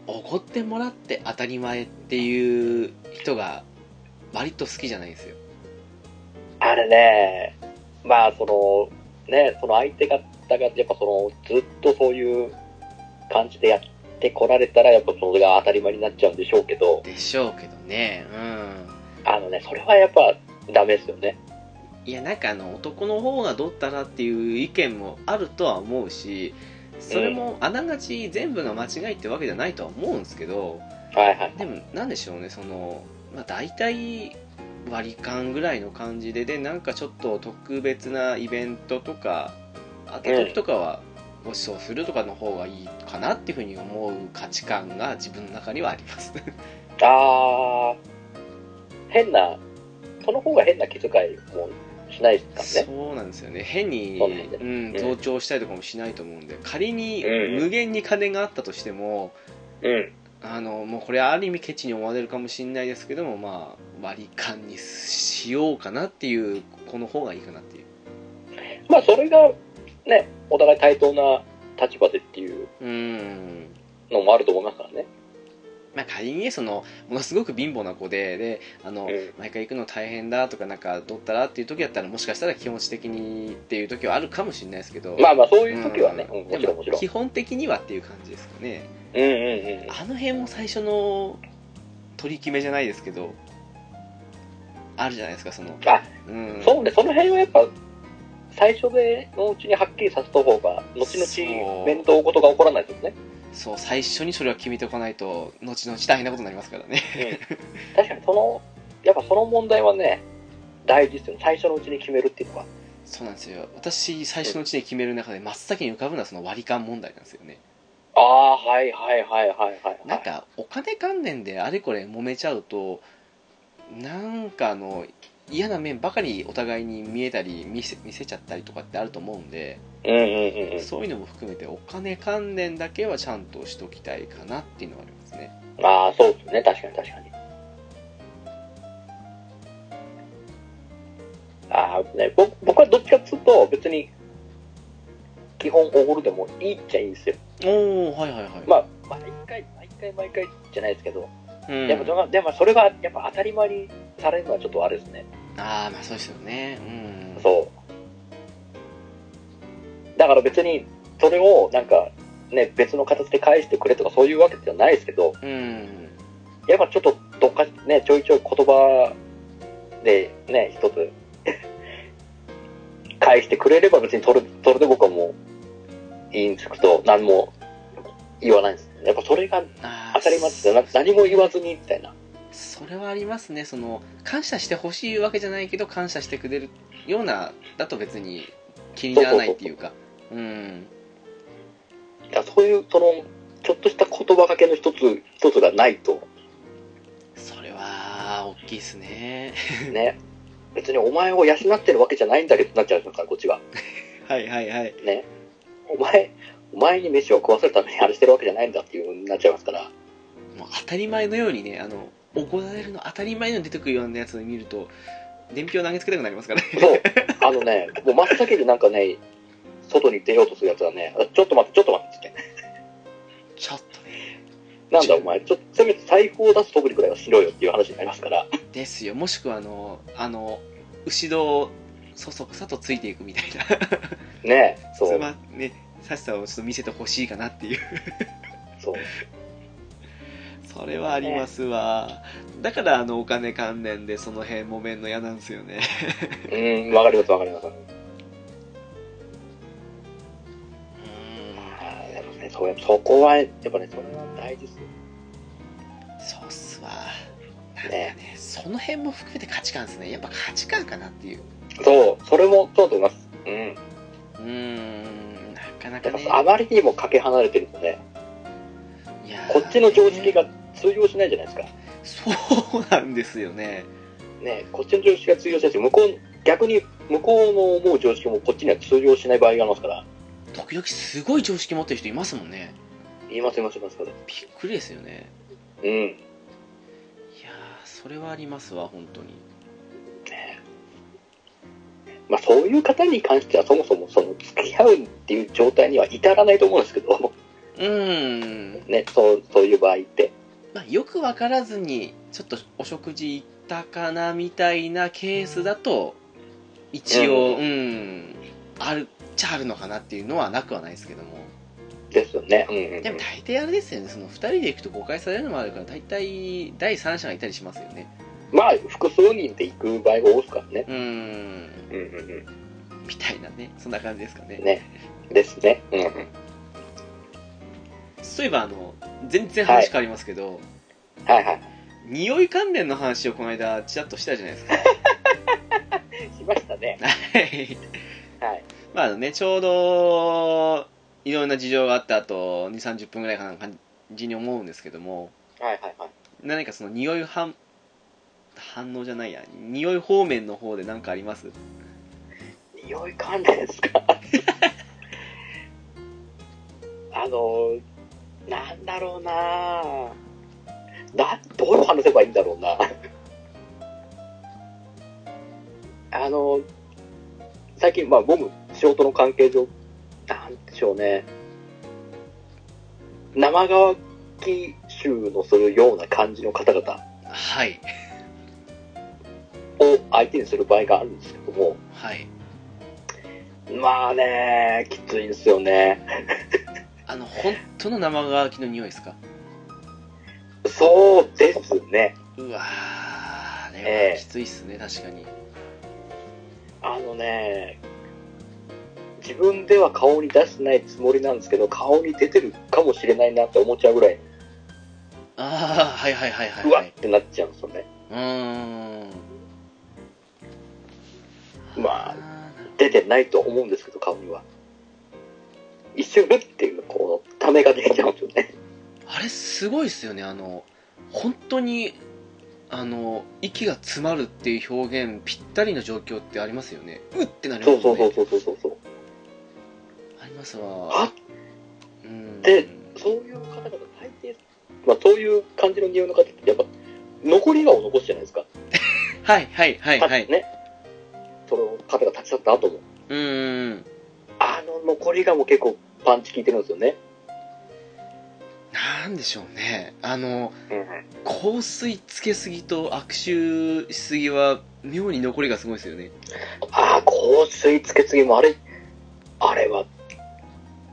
S1: 怒ってもらって当たり前っていう人が割と好きじゃないんですよ
S2: あれね、まあその、ね、その相手方が、やっぱその、ずっとそういう感じでやってこられたら、やっぱそれが当たり前になっちゃうんでしょうけど、
S1: でしょうけどねうん
S2: あのね、それはやっぱダメですよね。
S1: いやなんかあの男の方がどったらっていう意見もあるとは思うしそれもあながち全部が間違いってわけじゃないとは思うんですけど
S2: はいはい。
S1: でもなんでしょうねその、まあ、大体割り勘ぐらいの感じででなんかちょっと特別なイベントとかあった時とかはご馳走するとかの方がいいかなっていうふうに思う価値観が自分の中にはあります
S2: あー、変な、その方が変な気遣いもしないですか
S1: そうなんですよね変に、
S2: そうなんだよ
S1: うん、
S2: うん
S1: 増長したりとかもしないと思うんで仮に
S2: うん
S1: 無限に金があったとしても
S2: らね。
S1: あのもうこれある意味ケチに思われるかもしれないですけどもまあ割り勘にしようかなっていうこの方がいいかなっていう
S2: うん。まあ、それが、ね、お互い対等な立場でっていう
S1: うん
S2: のもあると思いますからね。
S1: まあ、仮にねそのものすごく貧乏な子でであの、
S2: うん
S1: 毎回行くの大変だとかなんかどったらっていう時だったらもしかしたら気持ち的にっていう時はあるかもしれないですけど
S2: まあまあ、そう
S1: あ
S2: いう時はね、うんもちろんもちろん。
S1: 基本的にはっていう感じですかね
S2: うんうんうん。
S1: あの辺も最初の取り決めじゃないですけどあるじゃないですかその
S2: あ
S1: うん
S2: そうね、その辺はやっぱ、最初でのうちにはっきりさせた方が、
S1: そう
S2: 後々面倒事が起こらないですね。
S1: そう最初にそれは決めておかないと後々大変なことになりますからね
S2: 確かに、その、やっぱその問題はね、大事ですよね。最初のうちに決めるっていうのは。
S1: そうなんですよ私最初のうちに決める中で真っ先に浮かぶのはその割り勘問題なんですよね
S2: ああ、はいはいはいはいはい。
S1: なんかお金関連であれこれ揉めちゃうとなんかあの嫌な面ばかりお互いに見えたり見せ見せちゃったりとかってあると思うんで、
S2: うんうんうんうん。
S1: そういうのも含めてお金関連だけはちゃんとしときたいかなっていうのはありますね
S2: ああ、そうですね。確かに確かに。ああ、ね、僕僕はどっちかっつうと、別に、基本おごるでもいいっちゃいいんですよ。
S1: おおはいはいはい、
S2: まあ、毎回、毎回、毎回じゃないですけど、
S1: うん、
S2: やっぱでも、でもそれが、やっぱ当たり前にされるのはちょっとあれですね。
S1: ああまあそうですよねうん
S2: そう。だから別に、それを、なんか、ね、別の形で返してくれとかそういうわけじゃないですけど、
S1: うん
S2: やっぱちょっとどっかしね、ちょいちょい言葉でね、一つ返してくれれば別にそれそれで僕はもういいんですけど、何も言わないんです。やっぱそれが
S1: あー
S2: 当たり前ですよな何も言わずにみたいな。
S1: それはありますねその感謝してほしいわけじゃないけど感謝してくれるようなだと別に気にならないっていうかうん
S2: だからそういう、その、ちょっとした言葉かけの一つ、一つがないと、
S1: それは大きいですね
S2: ね。別にお前を養ってるわけじゃないんだけどなっちゃうから、こっちが。
S1: はいはいはい
S2: ね。お前、お前に飯を食わせるためにあれしてるわけじゃないんだっていう風になっちゃいますから。
S1: もう当たり前のようにねあの怒られるの当たり前の出てくるようなやつを見ると伝票投げつけたくなりますからね
S2: そう。あのね、もう真っ先でなんかね、外に出ようとするやつはね、あちょっと待って、ちょっと待ってっつって。
S1: ちょっとね
S2: なんだお前、ちょっと、せめて財布を出すとぶりくらいはしろよっていう話になりますから。
S1: ですよもしくはあのあの後ろをそそくさとついていくみたいな
S2: ねえ、そ
S1: そうれ。はねさしさをちょっと見せてほしいかなっていう
S2: そう。
S1: それはありますわ、だからあのお金関連でその辺もめんの嫌なんですよね
S2: うん、わかりますわかります。あーやっぱね、そうやそこは、やっぱね、それは大事ですよ。
S1: そうっすわなんか
S2: ね
S1: ねその辺も含めて価値観ですねやっぱ価値観かなっていう
S2: そう、それもそうだと思います。うん。
S1: うーんなかなか
S2: やっ
S1: ね
S2: ぱあまりにもかけ離れてるとね、
S1: いやー
S2: こっちの常識が通用しないじゃないですか。
S1: そうなんですよね
S2: ね、こっちの常識が通用しないし、向こう、逆に向こうの思う常識もこっちには通用しない場合がありますから、
S1: 時々すごい常識持ってる人いますもんね
S2: 言います言います言いますから。
S1: びっくりですよね
S2: うん。
S1: いやーそれはありますわ本当に
S2: まあそういう方に関してはそもそもその付き合うっていう状態には至らないと思うんですけど、
S1: うーん
S2: ね、そう、そういう場合って。
S1: まあ、よく分からずにちょっとお食事行ったかなみたいなケースだと一応う、
S2: うん
S1: あるっちゃあるのかなっていうのはなくはないですけども
S2: ですよね。うんうんうん。
S1: でも大抵あれですよねその2人で行くと誤解されるのもあるから大体第三者がいたりしますよね
S2: まあ複数人で行く場合が多いですからね。
S1: うん
S2: うん。うん
S1: みたいなねそんな感じですかね
S2: うん。ね。ですね。うんうん。
S1: そういえばあの全然話変わりますけど、
S2: はいはい。
S1: 匂い関連の話をこの間ちらっとしたじゃないです か
S2: しましたね。
S1: はい
S2: はい。
S1: まああのねちょうどいろんな事情があった後2 3 0分ぐらいかな感じに思うんですけども
S2: はいはいはい。
S1: 何かその匂い反反応じゃないや匂い方面の方で何かあります
S2: 匂い関連ですかあのなんだろうななどう話せばいいんだろうなあの最近まあゴム仕事の関係上なんでしょうね生乾き臭のするような感じの方々
S1: はい
S2: を相手にする場合があるんですけども
S1: はい
S2: まあねきついんですよね
S1: あの本当の生乾きの匂いですか
S2: そうですね。
S1: うわーあれ
S2: え
S1: は
S2: え
S1: きついっすね、確かに
S2: あのね、自分では顔に出してないつもりなんですけど、顔に出てるかもしれないなって思っちゃうぐらい、
S1: ああはいはいはいはいうは
S2: わっ
S1: い
S2: てなっちゃうんですよね。
S1: うーん
S2: まあ
S1: あ
S2: 出てないと思うんですけど、顔には。一瞬、うっていう、こう、ためができちゃうんですよね。
S1: ーあれすごいっすよねあの本当にあの息が詰まるっていう表現ぴったりの状況ってありますよねうってなります
S2: そ
S1: よ
S2: う
S1: ね
S2: そうそうそうそうそう。
S1: ありますわ
S2: は
S1: うん
S2: でそういう方々、大抵、まあ、そういう感じの匂いの方って、やっぱ、残り顔を残すじゃないですか。
S1: はいはいはいはい
S2: ね。その方が立ち去った後も。
S1: うーん
S2: あの残りがもう結構パンチ効いてるんですよね。
S1: なんでしょうねあの香水つけすぎと握手しすぎは妙に残りがすごいですよね
S2: ああ、香水つけすぎもあれ、あれは、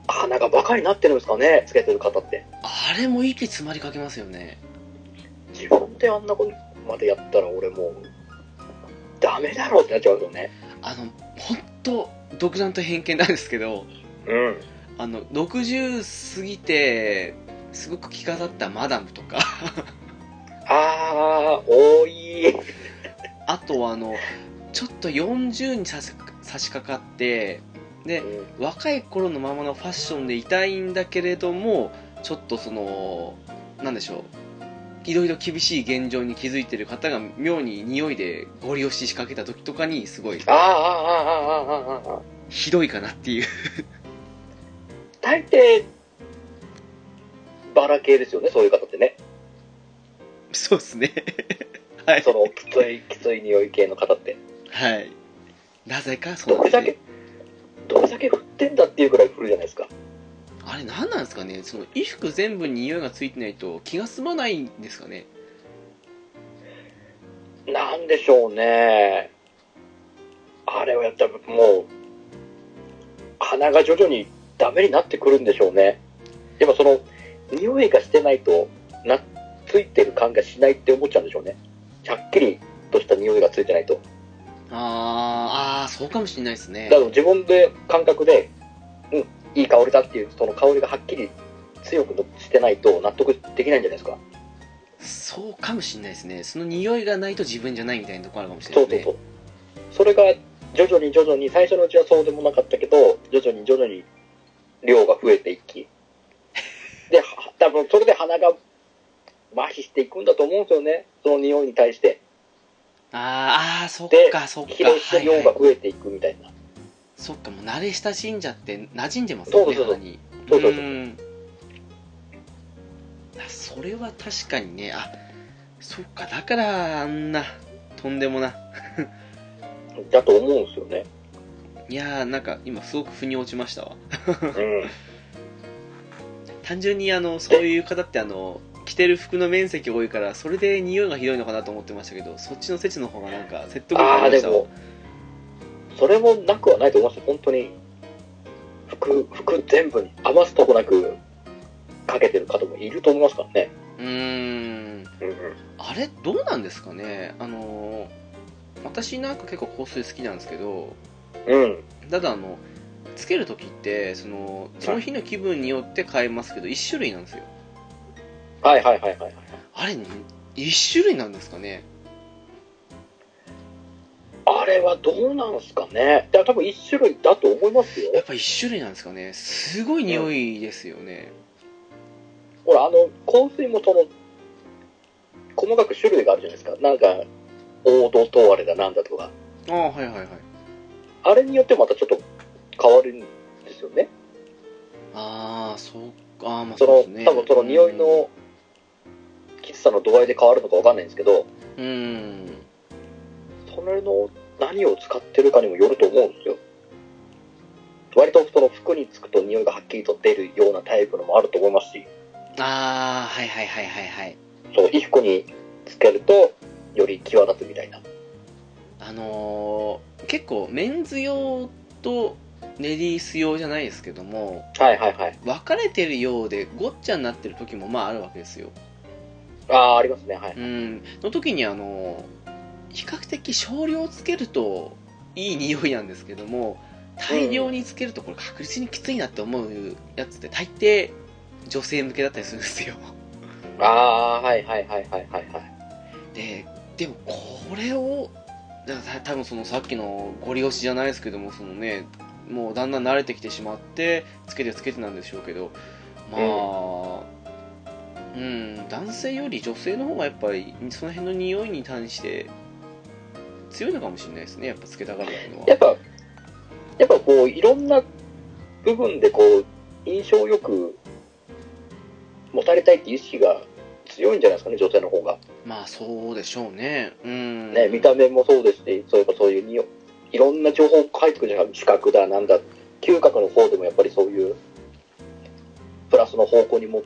S2: 鼻がバカになってるんですかね、つけてる方って。
S1: あれも息詰まりかけますよね
S2: 自分であんなことまでやったら俺もう、ダメだろうってなっちゃうんですよね。
S1: あの本当独断と偏見なんですけど
S2: うん。
S1: あの60過ぎてすごく着飾ったマダムとか
S2: ああ、多い。
S1: あとはあのちょっと40に差し差し掛かってで若い頃のままのファッションでいたいんだけれどもちょっとそのなんでしょういろいろ厳しい現状に気づいてる方が妙に匂いでゴリ押し仕掛けた時とかにすごい
S2: ああ、ああ、ああ、ああ、ああ。
S1: ひどいかなっていう
S2: 大抵、バラ系ですよね、そういう方ってね。
S1: そうですねはい
S2: その、きつい、きつい匂い系の方って。
S1: はいなぜかそう
S2: ど
S1: なん
S2: れ
S1: ですね
S2: だけ、どれだけ振ってんだっていうぐらい振るじゃないですか。
S1: あれ何なんですかねその衣服全部に匂いがついてないと気が済まないんですかね
S2: なんでしょうね。あれをやったらもう、鼻が徐々にダメになってくるんでしょうね。やっぱその、匂いがしてないと、な、ついてる感がしないって思っちゃうんでしょうね。はっきりとした匂いがついてないと。
S1: あーあーそうかもしれないですね
S2: だから自分で感覚で、うん、いい香りだっていう、その香りがはっきり強くしてないと納得できないんじゃないですか。
S1: そうかもしれないですねその匂いがないと自分じゃないみたいなとこあるかもしれな
S2: そ
S1: いう
S2: そう
S1: です
S2: そ
S1: ね
S2: う。それが徐々に徐々に、最初のうちはそうでもなかったけど、徐々に徐々に量が増えてい き、で、は多分それで鼻が麻痺していくんだと思うんですよね。その匂いに対して。
S1: あーあーそっかそっか
S2: 疲労して
S1: はいは
S2: 量
S1: い
S2: が増えていくみたいな。
S1: そっかもう慣れ親しんじゃって馴染んでますよね
S2: そうそうそう
S1: 肌に
S2: そうそうそうん
S1: あそれは確かにねあそっかだからあんなとんでもな
S2: だと思うんですよ ね。
S1: いやーなんか今すごく腑に落ちましたわ
S2: うん。
S1: 単純にあのそういう方ってあの着てる服の面積多いからそれで匂いがひどいのかなと思ってましたけどそっちの説の方がなんか説得力
S2: あ
S1: あ
S2: あ、
S1: りま
S2: で
S1: したわ
S2: も、それもなくはないと思いますよ。本当に、服、服全部に余すとこなくかけてる方もいると思いますからね。
S1: うーん
S2: うんうん。
S1: あれどうなんですかねあのー私なんか結構香水好きなんですけど
S2: うん。
S1: ただあのつける時ってそのその日の気分によって変えますけど1種類なんですよ
S2: はいはいはいはい。
S1: あれ1種類なんですかね
S2: あれはどうなんすかね。だから多分一種類だと思いますよ
S1: や。っぱ1種類なんですかねすごい匂いですよね
S2: ほら、あの、香水もその、細かく種類があるじゃないですか。なんか、王道とあれだなんだとか。
S1: ああはいはいはい
S2: あれによってまたちょっと変わるんですよね。
S1: ああそうかあーまあそ
S2: そ
S1: う
S2: の、
S1: ですね
S2: 多分その匂いの、きつさの度合いで変わるのかわかんないんですけど、
S1: うんうん
S2: それの何を使ってるかにもよると思うんですよ。割とその服につくと匂いがはっきりと出るようなタイプのもあると思いますし、
S1: ああはいはいはいはいはい
S2: そう、衣服につけるとより際立つみたいな。
S1: あのー結構メンズ用とレディース用じゃないですけども
S2: はいはいはい。
S1: 分かれてるようでごっちゃになってる時もまああるわけですよ
S2: ああ、ありますね。はい。
S1: うんの時にあの比較的少量つけるといい匂いなんですけども大量につけるとこれ確実にきついなって思うやつって大抵女性向けだったりするんですよ
S2: ああ、はいはいはいはいはいはい。
S1: ででもこれをだからた多分そのさっきのゴリ押しじゃないですけどもそのねもうだんだん慣れてきてしまってつけてつけてなんでしょうけどまあうん男性より女性の方がやっぱりその辺の匂いに対して強いのかもしれないですねやっぱつけたがるっていうのは
S2: やっぱ、やっぱこう、いろんな部分でこう、印象よく持たれたいっていう意識が強いんじゃないですかね、女性の方が。
S1: まあそうでしょうねうん
S2: ね、見た目もそうですし、そういえばそういうにおいろんな情報入ってくるじゃないですか、視覚だ、なんだ、嗅覚の方でもやっぱりそういう、プラスの方向に持っ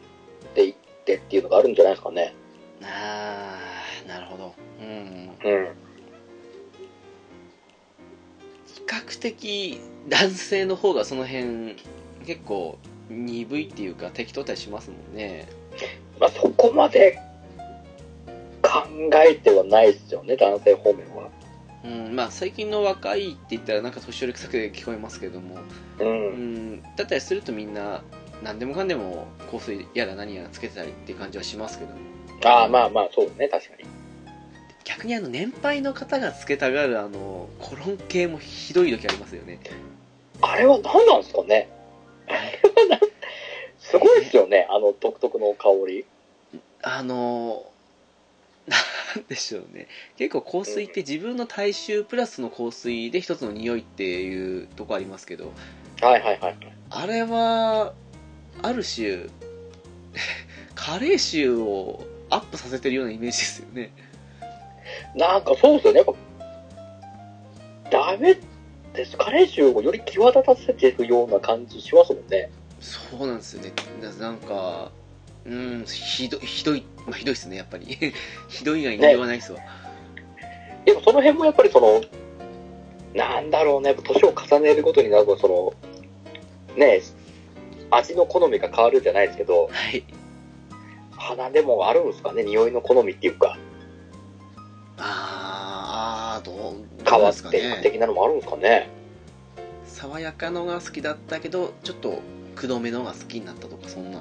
S2: ていってっていうのがあるんじゃないですかね。
S1: ああなるほどうん
S2: うん。
S1: 比較的男性の方がその辺結構鈍いっていうか適当だったりしますもんね
S2: まあ、そこまで考えてはないですよね、男性方面は。
S1: うんまあ最近の若いって言ったらなんか年寄り臭くて聞こえますけども
S2: う。
S1: うんんだったりするとみんな何でもかんでも香水やら何やらつけてたりっていう感じはしますけども
S2: ああ、まあまあ、そうね、確かに。
S1: 逆にあの年配の方がつけたがるあのコロン系もひどい時ありますよね
S2: あれは何なんですかね すごいですよね、あの独特の香り。
S1: あのなんでしょうね結構香水って自分の体臭プラスの香水で一つの匂いっていうとこありますけど
S2: はいはいはい。
S1: あれはある種 加齢臭をアップさせてるようなイメージですよね
S2: なんかそうですよね、やっぱ、ダメです。カレー臭をより際立たせてるような感じしますもんね。
S1: そうなんですよねななんかうんひどひどい、まあ、ひどいですねやっぱり ひどい以外に言わないですわ、
S2: でもその辺もやっぱりその、なんだろうね、やっぱ年を重ねるごとになると、その、ね、味の好みが変わるじゃないですけど、
S1: はい
S2: 鼻でもあるんですかね、匂いの好みっていうか、
S1: あーあーどうど
S2: 変
S1: うなん
S2: わっ
S1: ですか
S2: ていく的なのもあるんですかね。
S1: 爽やかのが好きだったけどちょっとくどめのが好きになったとかそんな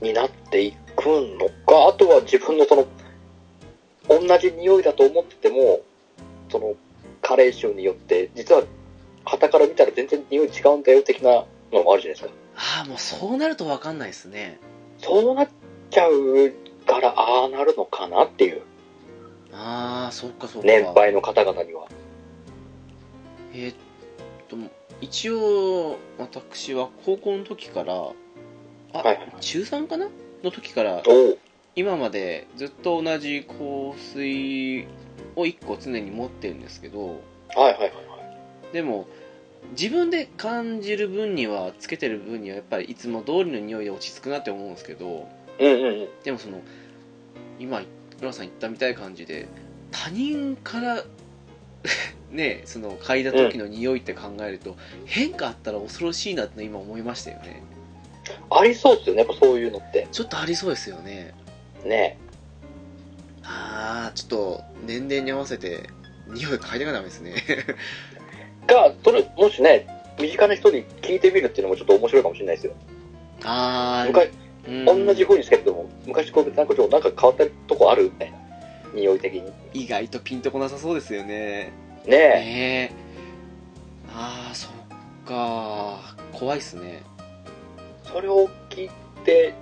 S2: になっていくのか、あとは自分のその、同じ匂いだと思ってても、その、加齢臭によって、実は、旗から見たら全然匂い違うんだよ的なのもあるじゃないですか。
S1: ああもうそうなると分かんないですね
S2: そうなっちゃうから、ああなるのかなっていう、
S1: ああそっかそっか
S2: 年配の方々には。
S1: えーっと一応私は高校の時からあ、
S2: はいはい
S1: 中3かなの時から
S2: おう
S1: 今までずっと同じ香水を1個常に持ってるんですけど
S2: はいはいはいはい。
S1: でも自分で感じる分にはつけてる分にはやっぱりいつも通りの匂いで落ち着くなって思うんですけど
S2: うんうんうん。
S1: でもその今浦さん言ったみたいな感じで他人から ねその嗅いだ時の匂いって考えると、変化あったら恐ろしいなって今思いましたよね
S2: ありそうですよね、やっぱそういうのって。
S1: ちょっとありそうですよね
S2: ね
S1: ああちょっと年齢に合わせて匂い嗅いでいかなダメですね
S2: が、ゃあ、それ、もしね、身近な人に聞いてみるっていうのもちょっと面白いかもしれないですよ。
S1: あー
S2: 昔、
S1: うん
S2: 同じ風につけてても、昔と比べてなんかちょっとなんか変わったとこあるみたいな。匂い的に。ね
S1: 意外とピンとこなさそうですよね
S2: え。
S1: ねえああそっか怖いっすね
S2: それを聞いて、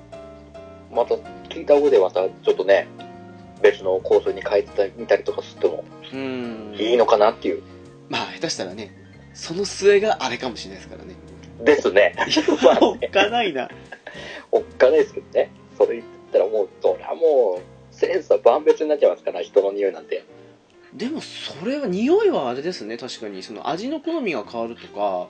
S2: また聞いた上でまたちょっとね、別の構想に変えてみたりとかしても
S1: うん
S2: いいのかなっていう。
S1: まあ下手したらねその末があれかもしれないですからね
S2: で すね。まあ
S1: おっ
S2: ね、
S1: かないな
S2: おっかないですけどね。それ言ったらもう、そりゃもう、センスは万別になっちゃいますから、人の匂いなんて。
S1: でもそれは匂いはあれですね確かにその味の好みが変わるとか、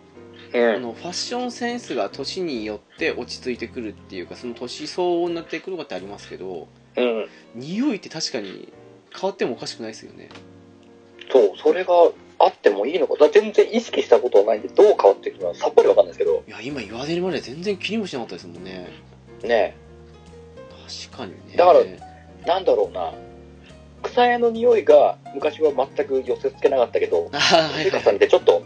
S2: う
S1: あ。のファッションセンスが年によって落ち着いてくるっていうかその年相応になってくるかってありますけど
S2: うん。
S1: 匂いって確かに変わってもおかしくないですよね
S2: そう、それがあってもいいのか。だから全然意識したことはないんで、どう変わっていくのかさっぱりわかんないですけど、
S1: いや今言われるまで全然気にもしなかったですもんね
S2: ね
S1: 確かにね
S2: だからえ、なんだろうな。草屋の匂いが昔は全く寄せ付けなかったけど、
S1: あーはいは
S2: 生
S1: い
S2: 活さんってちょっと、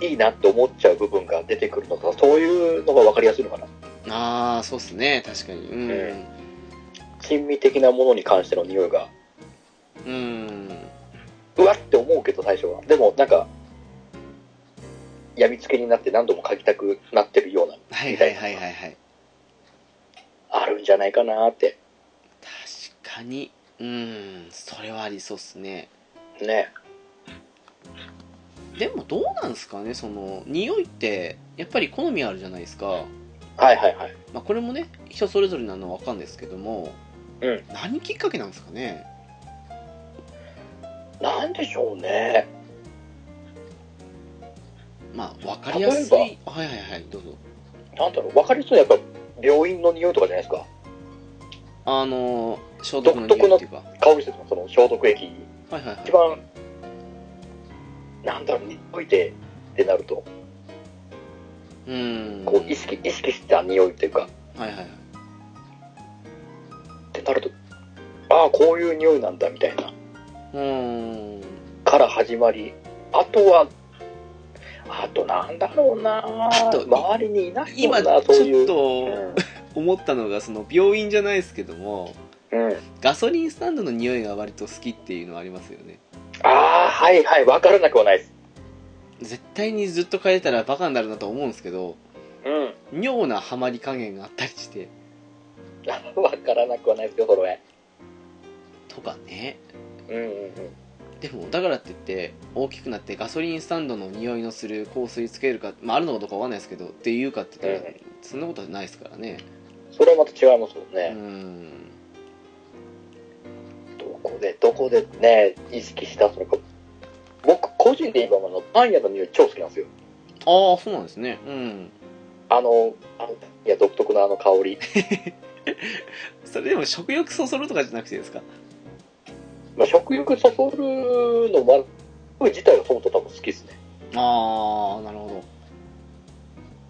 S2: いいなって思っちゃう部分が出てくるのか、そういうのがわかりやすいのかな。
S1: ああそうっすね確かにうん、
S2: え珍味的なものに関しての匂いが
S1: うん
S2: うわって思うけど最初はでもなんかやみつけになって何度も書きたくなってるような
S1: はいはいはいはいはい
S2: あるんじゃないかなって
S1: 確かにうんそれはありそうっすね
S2: ね
S1: でもどうなんすかねその匂いってやっぱり好みあるじゃないですか、
S2: はいはいはい
S1: まあ、これもね人それぞれなのは分かるんですけども、
S2: うん
S1: 何きっかけなんですかね
S2: なんでしょうね
S1: まあ分かりやすい
S2: 例
S1: はいはいはいどうぞ
S2: なんだろう分かりそうやっぱ病院の匂いとかじゃないですか
S1: あの消毒の匂いっていうかは
S2: 香りするのその消毒液
S1: いはいはい
S2: 一番なんだろう匂いでってなると
S1: うん
S2: こう意識意識した匂いっていうか
S1: はいはいはい
S2: ってなるとああこういう匂いなんだみたいな
S1: うーん
S2: から始まり、あとは、あとなんだろうな
S1: あと
S2: 周りにいないも
S1: 今
S2: ん
S1: ち
S2: な、そうい
S1: ょっ
S2: う。
S1: と思ったのがその病院じゃないですけども
S2: うん。うん
S1: ガソリンスタンドの匂いが割と好きっていうのはありますよね
S2: ああ、はいはい、わからなくはないです。
S1: 絶対にずっと変えてたらバカになるなと思うんですけど
S2: うん。
S1: 妙なハマり加減があったりして
S2: わからなくはないですよ、それ。
S1: とかね
S2: うんうん
S1: でもだからって言って大きくなってガソリンスタンドの匂いのする香水つけるか、まあ、あるのかどうかわかんないですけどっていうかって言ったら
S2: え
S1: そんなことはないですからね
S2: うん。それはまた違いますもん
S1: う
S2: ね。
S1: ん
S2: どこで、どこでね、意識したそのか。僕、個人で今あの、パン屋の匂い超好きなんですよ。
S1: ああそうなんですねうん
S2: あの、あの、いや、独特のあの香り。
S1: それでも食欲そそるとかじゃなくてですか
S2: まあ、食欲そそるのもある、匂い自体がそもそも多分好きですね。
S1: ああなるほ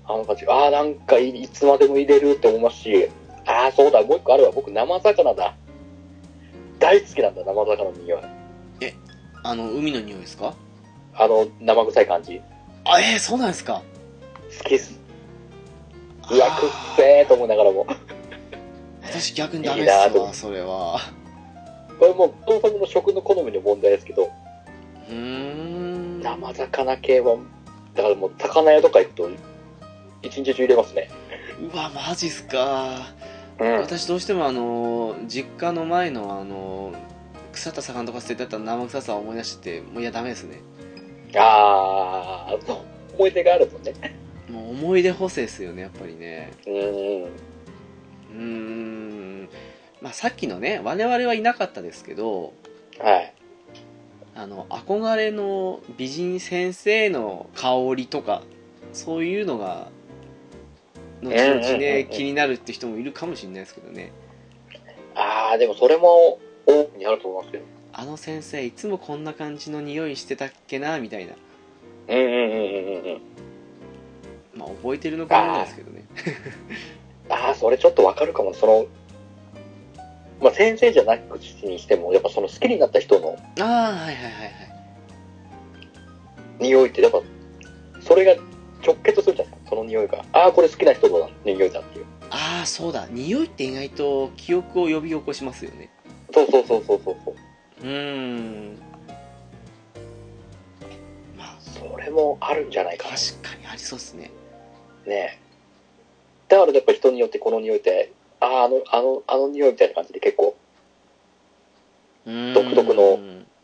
S1: ど
S2: あの感じ、ああ、なんかいいつまでも入れるって思いますし、ああ、そうだ、もう一個あるわ、僕、生魚だ。大好きなんだ、生魚の匂い。
S1: あの海の匂いですか
S2: あの、生臭い感じ。
S1: あえー、そうなんですか
S2: 好きっす。うわ、くっせーと思いながらも。
S1: 私逆にダメっ
S2: いいな
S1: す
S2: と
S1: わそれは
S2: これもう、当作の食の好みの問題ですけど、
S1: うーん
S2: 生魚系は、だからもう、魚屋とか行くと、一日中入れますね。
S1: うわマジっすか
S2: うん。
S1: 私どうしてもあのー実家の前のあのー腐った魚とか捨ててあった生臭さを思い出しててもういやダメですね
S2: ああ、そう思い出があるとね。
S1: もう思い出補正ですよねやっぱりね
S2: うん。
S1: うーんまあさっきのね我々はいなかったですけど
S2: はい。
S1: あの憧れの美人先生の香りとかそういうのが後々
S2: うんうんうんう
S1: ね
S2: ん
S1: 気になるって人もいるかもしれないですけどね
S2: ああ、でもそれも、多くにあると思いますけど。
S1: あの先生いつもこんな感じの匂いしてたっけなみたいな
S2: うんうんうんうんうんうん。
S1: まあ覚えてるのかもないですけどね
S2: ああ、それちょっとわかるかも。その、まあ、先生じゃなくにしても、やっぱその好きになった人の
S1: ああーはいはいはいはい
S2: 匂いって、やっぱ、それが直結するじゃないですか、その匂いが。ああ、これ好きな人の匂いだっていう。
S1: ああそうだ匂いって意外と記憶を呼び起こしますよね
S2: そうそうそうそうそうそう。
S1: うーんまあ
S2: それもあるんじゃないか
S1: 確
S2: な。
S1: かにありそうですね
S2: ねだからやっぱ人によってこの匂いって、ああ、あの、あの、あの匂いみたいな感じで結構、
S1: うーん
S2: 独特の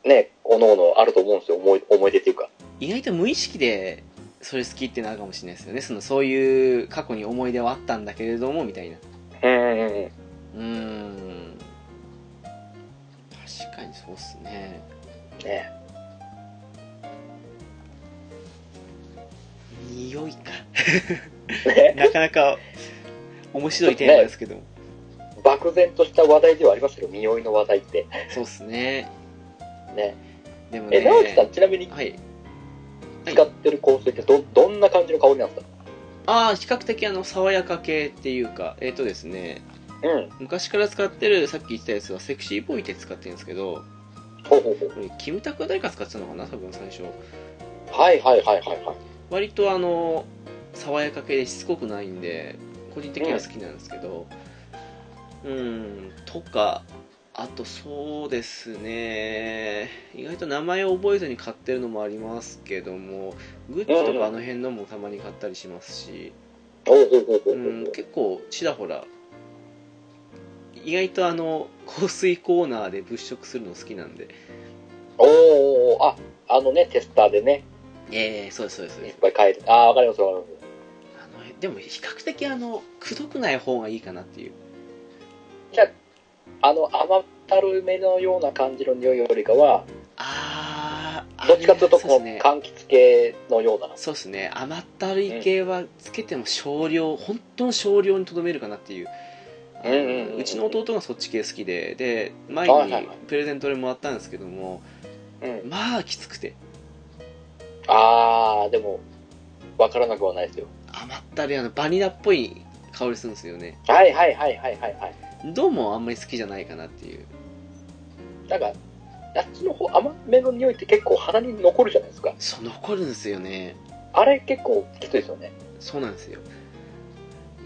S2: ね、おのおのあると思うんですよ、思い思い出っていうか。
S1: 意外と無意識でそれ好きってなるかもしれないですよねそのそういう過去に思い出はあったんだけれどもみたいな
S2: うんうんうん。
S1: うーん確かにそうっすね
S2: ね
S1: 匂いか
S2: ね
S1: なかなか面白いテーマですけども
S2: 漠然とした話題ではありますけど、匂いの話題って。
S1: そうっすね
S2: ね。
S1: でも
S2: え、
S1: ね
S2: 直樹さん、ちなみに
S1: はい
S2: 使ってる香水ってど、どんな感じの香りなんですか
S1: ああ比較的あの爽やか系っていうかえっ、とですね
S2: うん。
S1: 昔から使ってるさっき言ってたやつはセクシーボーイって使ってるんですけど
S2: ほうほうほう。
S1: これキムタクは誰か使ってたのかな多分最初
S2: はいはいはいはいはい。
S1: 割とあの爽やか系でしつこくないんで個人的には好きなんですけどうんとかあとそうですね意外と名前を覚えずに買ってるのもありますけどもグッズとかあの辺のもたまに買ったりしますし、
S2: おうおうおうおうお
S1: う
S2: う。
S1: ん、結構ちらほら意外とあの香水コーナーで物色するの好きなんで
S2: おうおうおうあ、あのね、テスターでね、
S1: ええそうですそうですそう
S2: い
S1: で
S2: っ
S1: す
S2: ぱい買える。ああ、わかりますわかります。
S1: あのでも比較的あのくどくない方がいいかなっていう
S2: じゃあ、あの、甘ったるめのような感じの匂いよりかは、
S1: あーあ
S2: どっちかというと、
S1: そ
S2: こ
S1: うです
S2: の
S1: ね
S2: 柑橘系のような。
S1: そうですね甘ったるい系はつけても少量、本当の少量にとどめるかなっていう、
S2: うんうんうんうん
S1: うちの弟がそっち系好きでで前
S2: はいはい
S1: に
S2: はい
S1: プレゼントでもらったんですけども
S2: うん。
S1: まあきつくて
S2: ああ、でも、わからなくはないですよ。
S1: 甘ったるいあのバニラっぽい香りするんですよね
S2: はいはいはいはいはいはい。
S1: どうもあんまり好きじゃないかなっていう
S2: なんか、あっちの方、甘めの匂いって結構鼻に残るじゃないですか。
S1: そう残るんですよね
S2: あれ結構きついですよね。
S1: そうなんですよ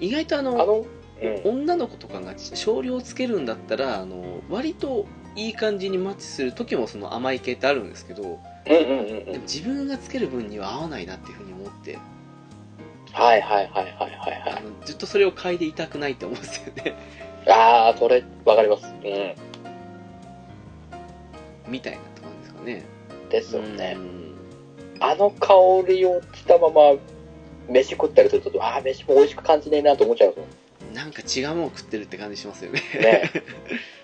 S1: 意外とあ
S2: あ
S1: の
S2: の、うん。
S1: 女の子とかが少量つけるんだったらあの割といい感じにマッチする時もその甘い系ってあるんですけど
S2: うんうんうんう
S1: でも
S2: ん。
S1: 自分がつける分には合わないなっていうふうに思って
S2: はいはいはいはいはいは
S1: あ
S2: い。
S1: のずっとそれを嗅いでいたくないって思うんですよね
S2: ああ、それ、わかります。う
S1: みたいなところですかね
S2: ん。ですよね。
S1: ん
S2: あの香りをしたまま、飯食ったりすると、ああ、飯も美味しく感じねえなと思っちゃうんですよ
S1: なんか違うもん食ってるって感じしますよね
S2: ね、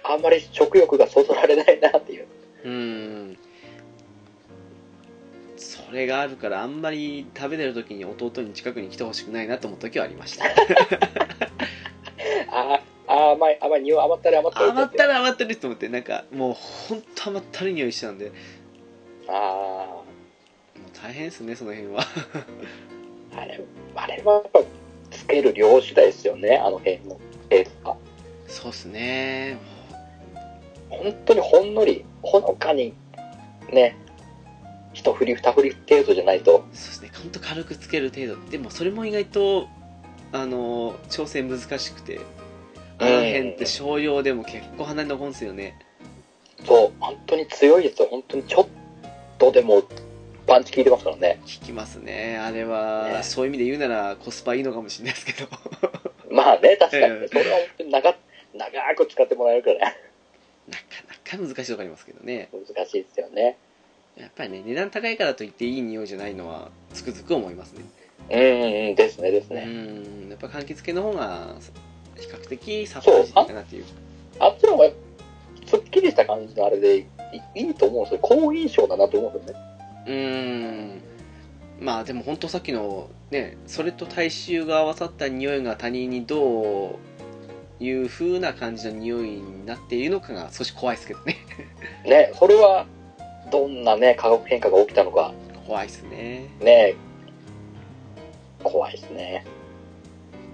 S2: あんまり食欲がそそられないなっていう。
S1: うんそれがあるからあんまり食べてる時に弟に近くに来てほしくないなと思った時はありました
S2: あーあー、甘い、甘い、匂い余ったり余ったり
S1: 余った
S2: り。
S1: る余ってると思ってなんかもうほんと余ったる匂いしちゃうんで
S2: あ
S1: もう大変ですねその辺は
S2: あ、あれ、あれはやっぱ、つける量次第ですよね、あの辺の。えーとか。
S1: そうっすね
S2: 本当にほんのり、ほのかに、ね、一振り二振り程度じゃないと。
S1: そうですねほんと軽くつける程度でもそれも意外とあの調整難しくてあの辺って少量でも結構鼻に残るんですよね
S2: そう、本当に強いですよ。本当にちょっとでも、パンチ効いてますからね。
S1: 効きますねあれは、
S2: ね
S1: そういう意味で言うならコスパいいのかもしれないですけど
S2: まあね、確か
S1: ええ
S2: に。それは本当に長、長く使ってもらえるからね。
S1: なかなか難しいとこありますけどね
S2: 難しいですよね。
S1: やっぱりね値段高いからといっていい匂いじゃないのはつくづく思いますね
S2: うんうんうん、ですね、です
S1: う
S2: ね。
S1: んやっぱ柑橘系の方が比較的さっぱりしてるかなっていう
S2: あっちの方が、すっきりした感じのあれでいいいと思うんですよ。好印象だなと思うんですよね。
S1: うーんまあでも本当さっきのねそれと大衆が合わさった匂いが他人にどういう風な感じの匂いになっているのかが少し怖いですけどね
S2: ね、それは、どんなね、化学変化が起きたのか、
S1: 怖いですね
S2: ね、怖いですね。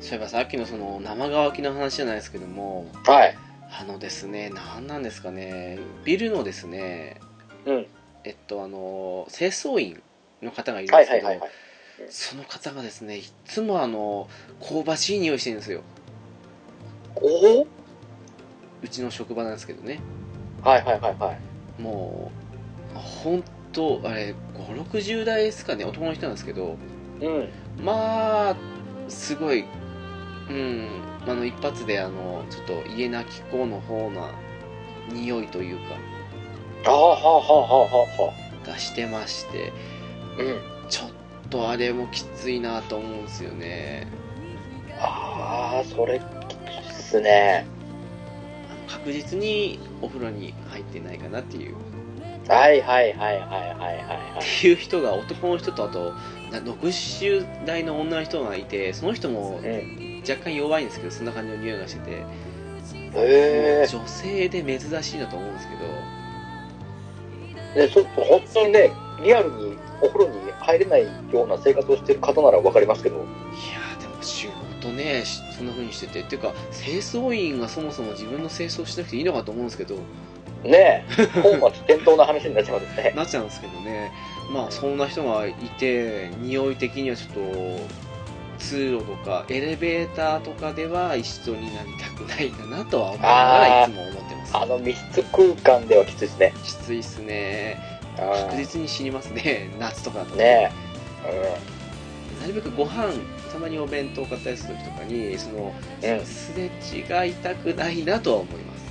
S1: そういえばさっきのその生乾きの話じゃないですけども
S2: はい。
S1: あのですね何なんですかねビルのですね
S2: うん。
S1: えっとあの清掃員の方がいるん
S2: は
S1: で
S2: い
S1: す
S2: は
S1: け
S2: い
S1: ど、
S2: はいはい。
S1: その方がですねいつもあの香ばしい匂いしてるんですよ
S2: おお
S1: うちの職場なんですけどね
S2: はいはいはいはい。
S1: もう本当あれ560代ですかね男の人なんですけど
S2: うん。
S1: まあすごいうんあの一発であのちょっと家なき子の方な匂いというか
S2: ああ、はあはあはあはあ。
S1: 出してまして
S2: うん。
S1: ちょっとあれもきついなと思うんですよね
S2: ああ、それ、きついっすね。
S1: 確実にお風呂に入ってないかなっていう
S2: はいはいはいはいはいはい。はい
S1: っていう人が男の人とあとな60代の女の人がいてその人も
S2: うん。
S1: 若干弱いんですけどそんな感じの匂いがしてて、
S2: へ
S1: 女性で珍しいなと思うんですけど
S2: え。ね、そ、本当にね、リアルにお風呂に入れないような生活をしてる方ならわかりますけど。
S1: いやーでも仕事ねしそんな風にしててっていうか清掃員がそもそも自分の清掃しなくていいのかと思うんですけど
S2: ねえ、 本末転倒な話になっちゃいますね。
S1: なっちゃうんですけどねまあそんな人がいて匂い的にはちょっと通路とかエレベーターとかでは一緒になりたくないかなとは思いながらい
S2: あー
S1: つも思ってます
S2: あの密室空間ではきついですね。
S1: きついっすね確
S2: う
S1: 実に死にますね 夏とかだと
S2: ん、ねえ。
S1: なるべくご飯たまにお弁当買ったりする時とかにその
S2: うん。うん。
S1: すれ違いたくないなとは思います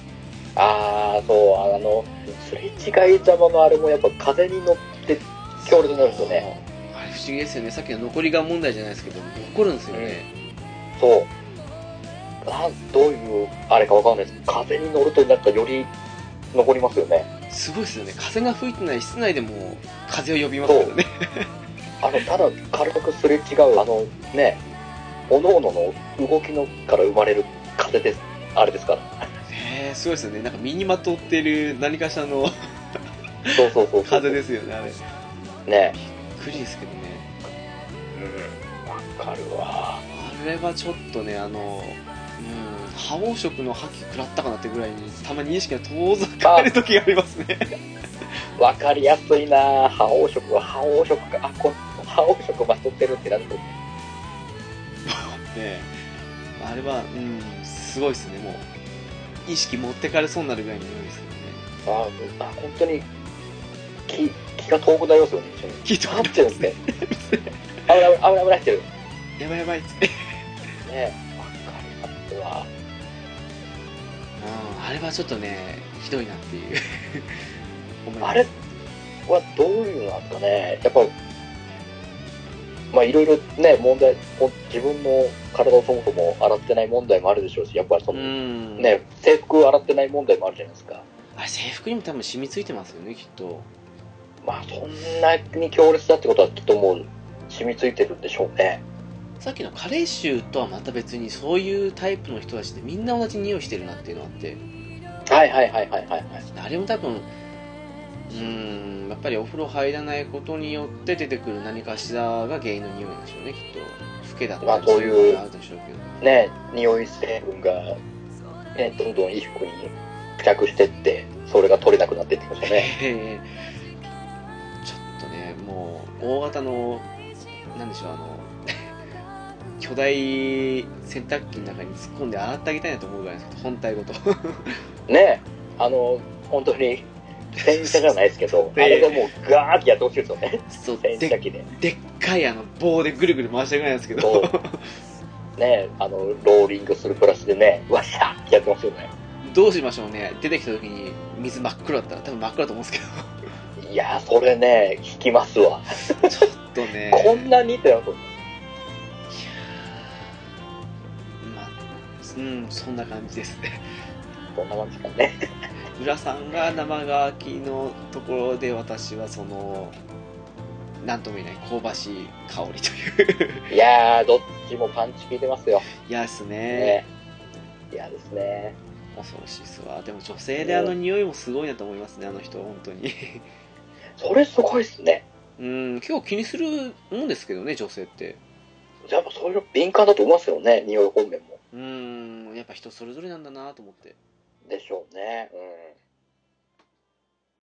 S2: ああ、そう、あの、すれ違いざまのあれもやっぱ風に乗って強烈になるんですよね。
S1: あれ不思議ですよねさっきの残りが問題じゃないですけど残るんですよね、
S2: そう。なんどういうあれかわかんないですけど風に乗るとなんかより残りますよね。
S1: すごいですよね風が吹いてない室内でも風を呼びますからね
S2: あの、ただ軽くすれ違う、あのね、おののの動きのから生まれる風です。あれですから。
S1: ねえすごいですよねなんか身にまとってる何かしら の
S2: そうそうそうそ う。
S1: 風ですよねあれびっ
S2: ね。
S1: くりですけどね
S2: うん。わかるわ。
S1: あれはちょっとねあのうん覇王色の覇気食らったかなってぐらいにたまに意識が遠ざかる時がありますね
S2: わかりやすいなぁ覇王色は覇王色か。あ、この覇王色まとってるってなると。
S1: ねあれはうんすごいですねもう意識持ってかれそうになるぐらいの匂いですけどね
S2: あ、あ本当に気、気が遠くなりますよね、一緒に。
S1: 聞いてもら
S2: なっ
S1: ってて
S2: る
S1: ま
S2: ん
S1: す
S2: で
S1: ね
S2: すね。危ない危ない危ないってる。
S1: やばいやばいっつって
S2: ねわかりますわ。
S1: うんあれはちょっとねひどいなっていう思います
S2: あれはどういうのなんですかね。やっぱ、まあいろいろね、問題、こう自分の体をそもそも洗ってない問題もあるでしょうし、やっぱりそうの、
S1: ん
S2: ね、制服を洗ってない問題もあるじゃないですか。
S1: あれ制服にも多分染みついてますよねきっと
S2: まあそんなに強烈だってことはきっともう染みついてるんでしょうね。
S1: さっきの加齢臭とはまた別にそういうタイプの人たちってみんな同じ匂いしてるなっていうのがあって
S2: はいはいはいはいはいはい。
S1: あれも多分うんやっぱりお風呂入らないことによって出てくる何かしらが原因の匂いなんでしょうねきっと老けだった
S2: まあ
S1: り
S2: そういう
S1: のがあるでしょうけど
S2: ね、匂い成分が、ね、どんどん衣服に付着してって、それが取れなくなっていってましたね。
S1: えーちょっとねもう大型のなんでしょうあ の巨大洗濯機の中に突っ込んで洗ってあげたいなと思うぐらいですけど本体ごと
S2: ね、あの、本当に、洗車じゃないですけど、あれがもうガーってやってほしいですよ ね。
S1: そう
S2: 洗
S1: で
S2: 車機で。
S1: でっかいあの棒でぐるぐる回したぐらいなんですけ
S2: そ
S1: ど
S2: う。ね、あの、ローリングするブラシでね、わしゃーってやってますよね。
S1: どうしましょうね出てきた時に水真っ黒だったら多分真っ黒だと思うんです
S2: いやー、それね、引きますわ。
S1: けど ちょっとね
S2: こんなにってなると、
S1: まあうんそんな感じですね
S2: こんな感じかね。
S1: 浦さんが生乾きのところで私はその何とも言えない香ばしい香りという
S2: いやー、どっちもパンチ効いてますよ。
S1: いやですね
S2: ね。いやですね。
S1: 恐ろしいっすわでも女性であの匂いもすごいなと思いますねあの人は本当に
S2: それすごいっすね。
S1: うん結構気にするもんですけどね女性って
S2: やっぱそういうの敏感だと思いますよね、匂い方面も。
S1: うんやっぱ人それぞれなんだなと思って
S2: でしょうね。うん。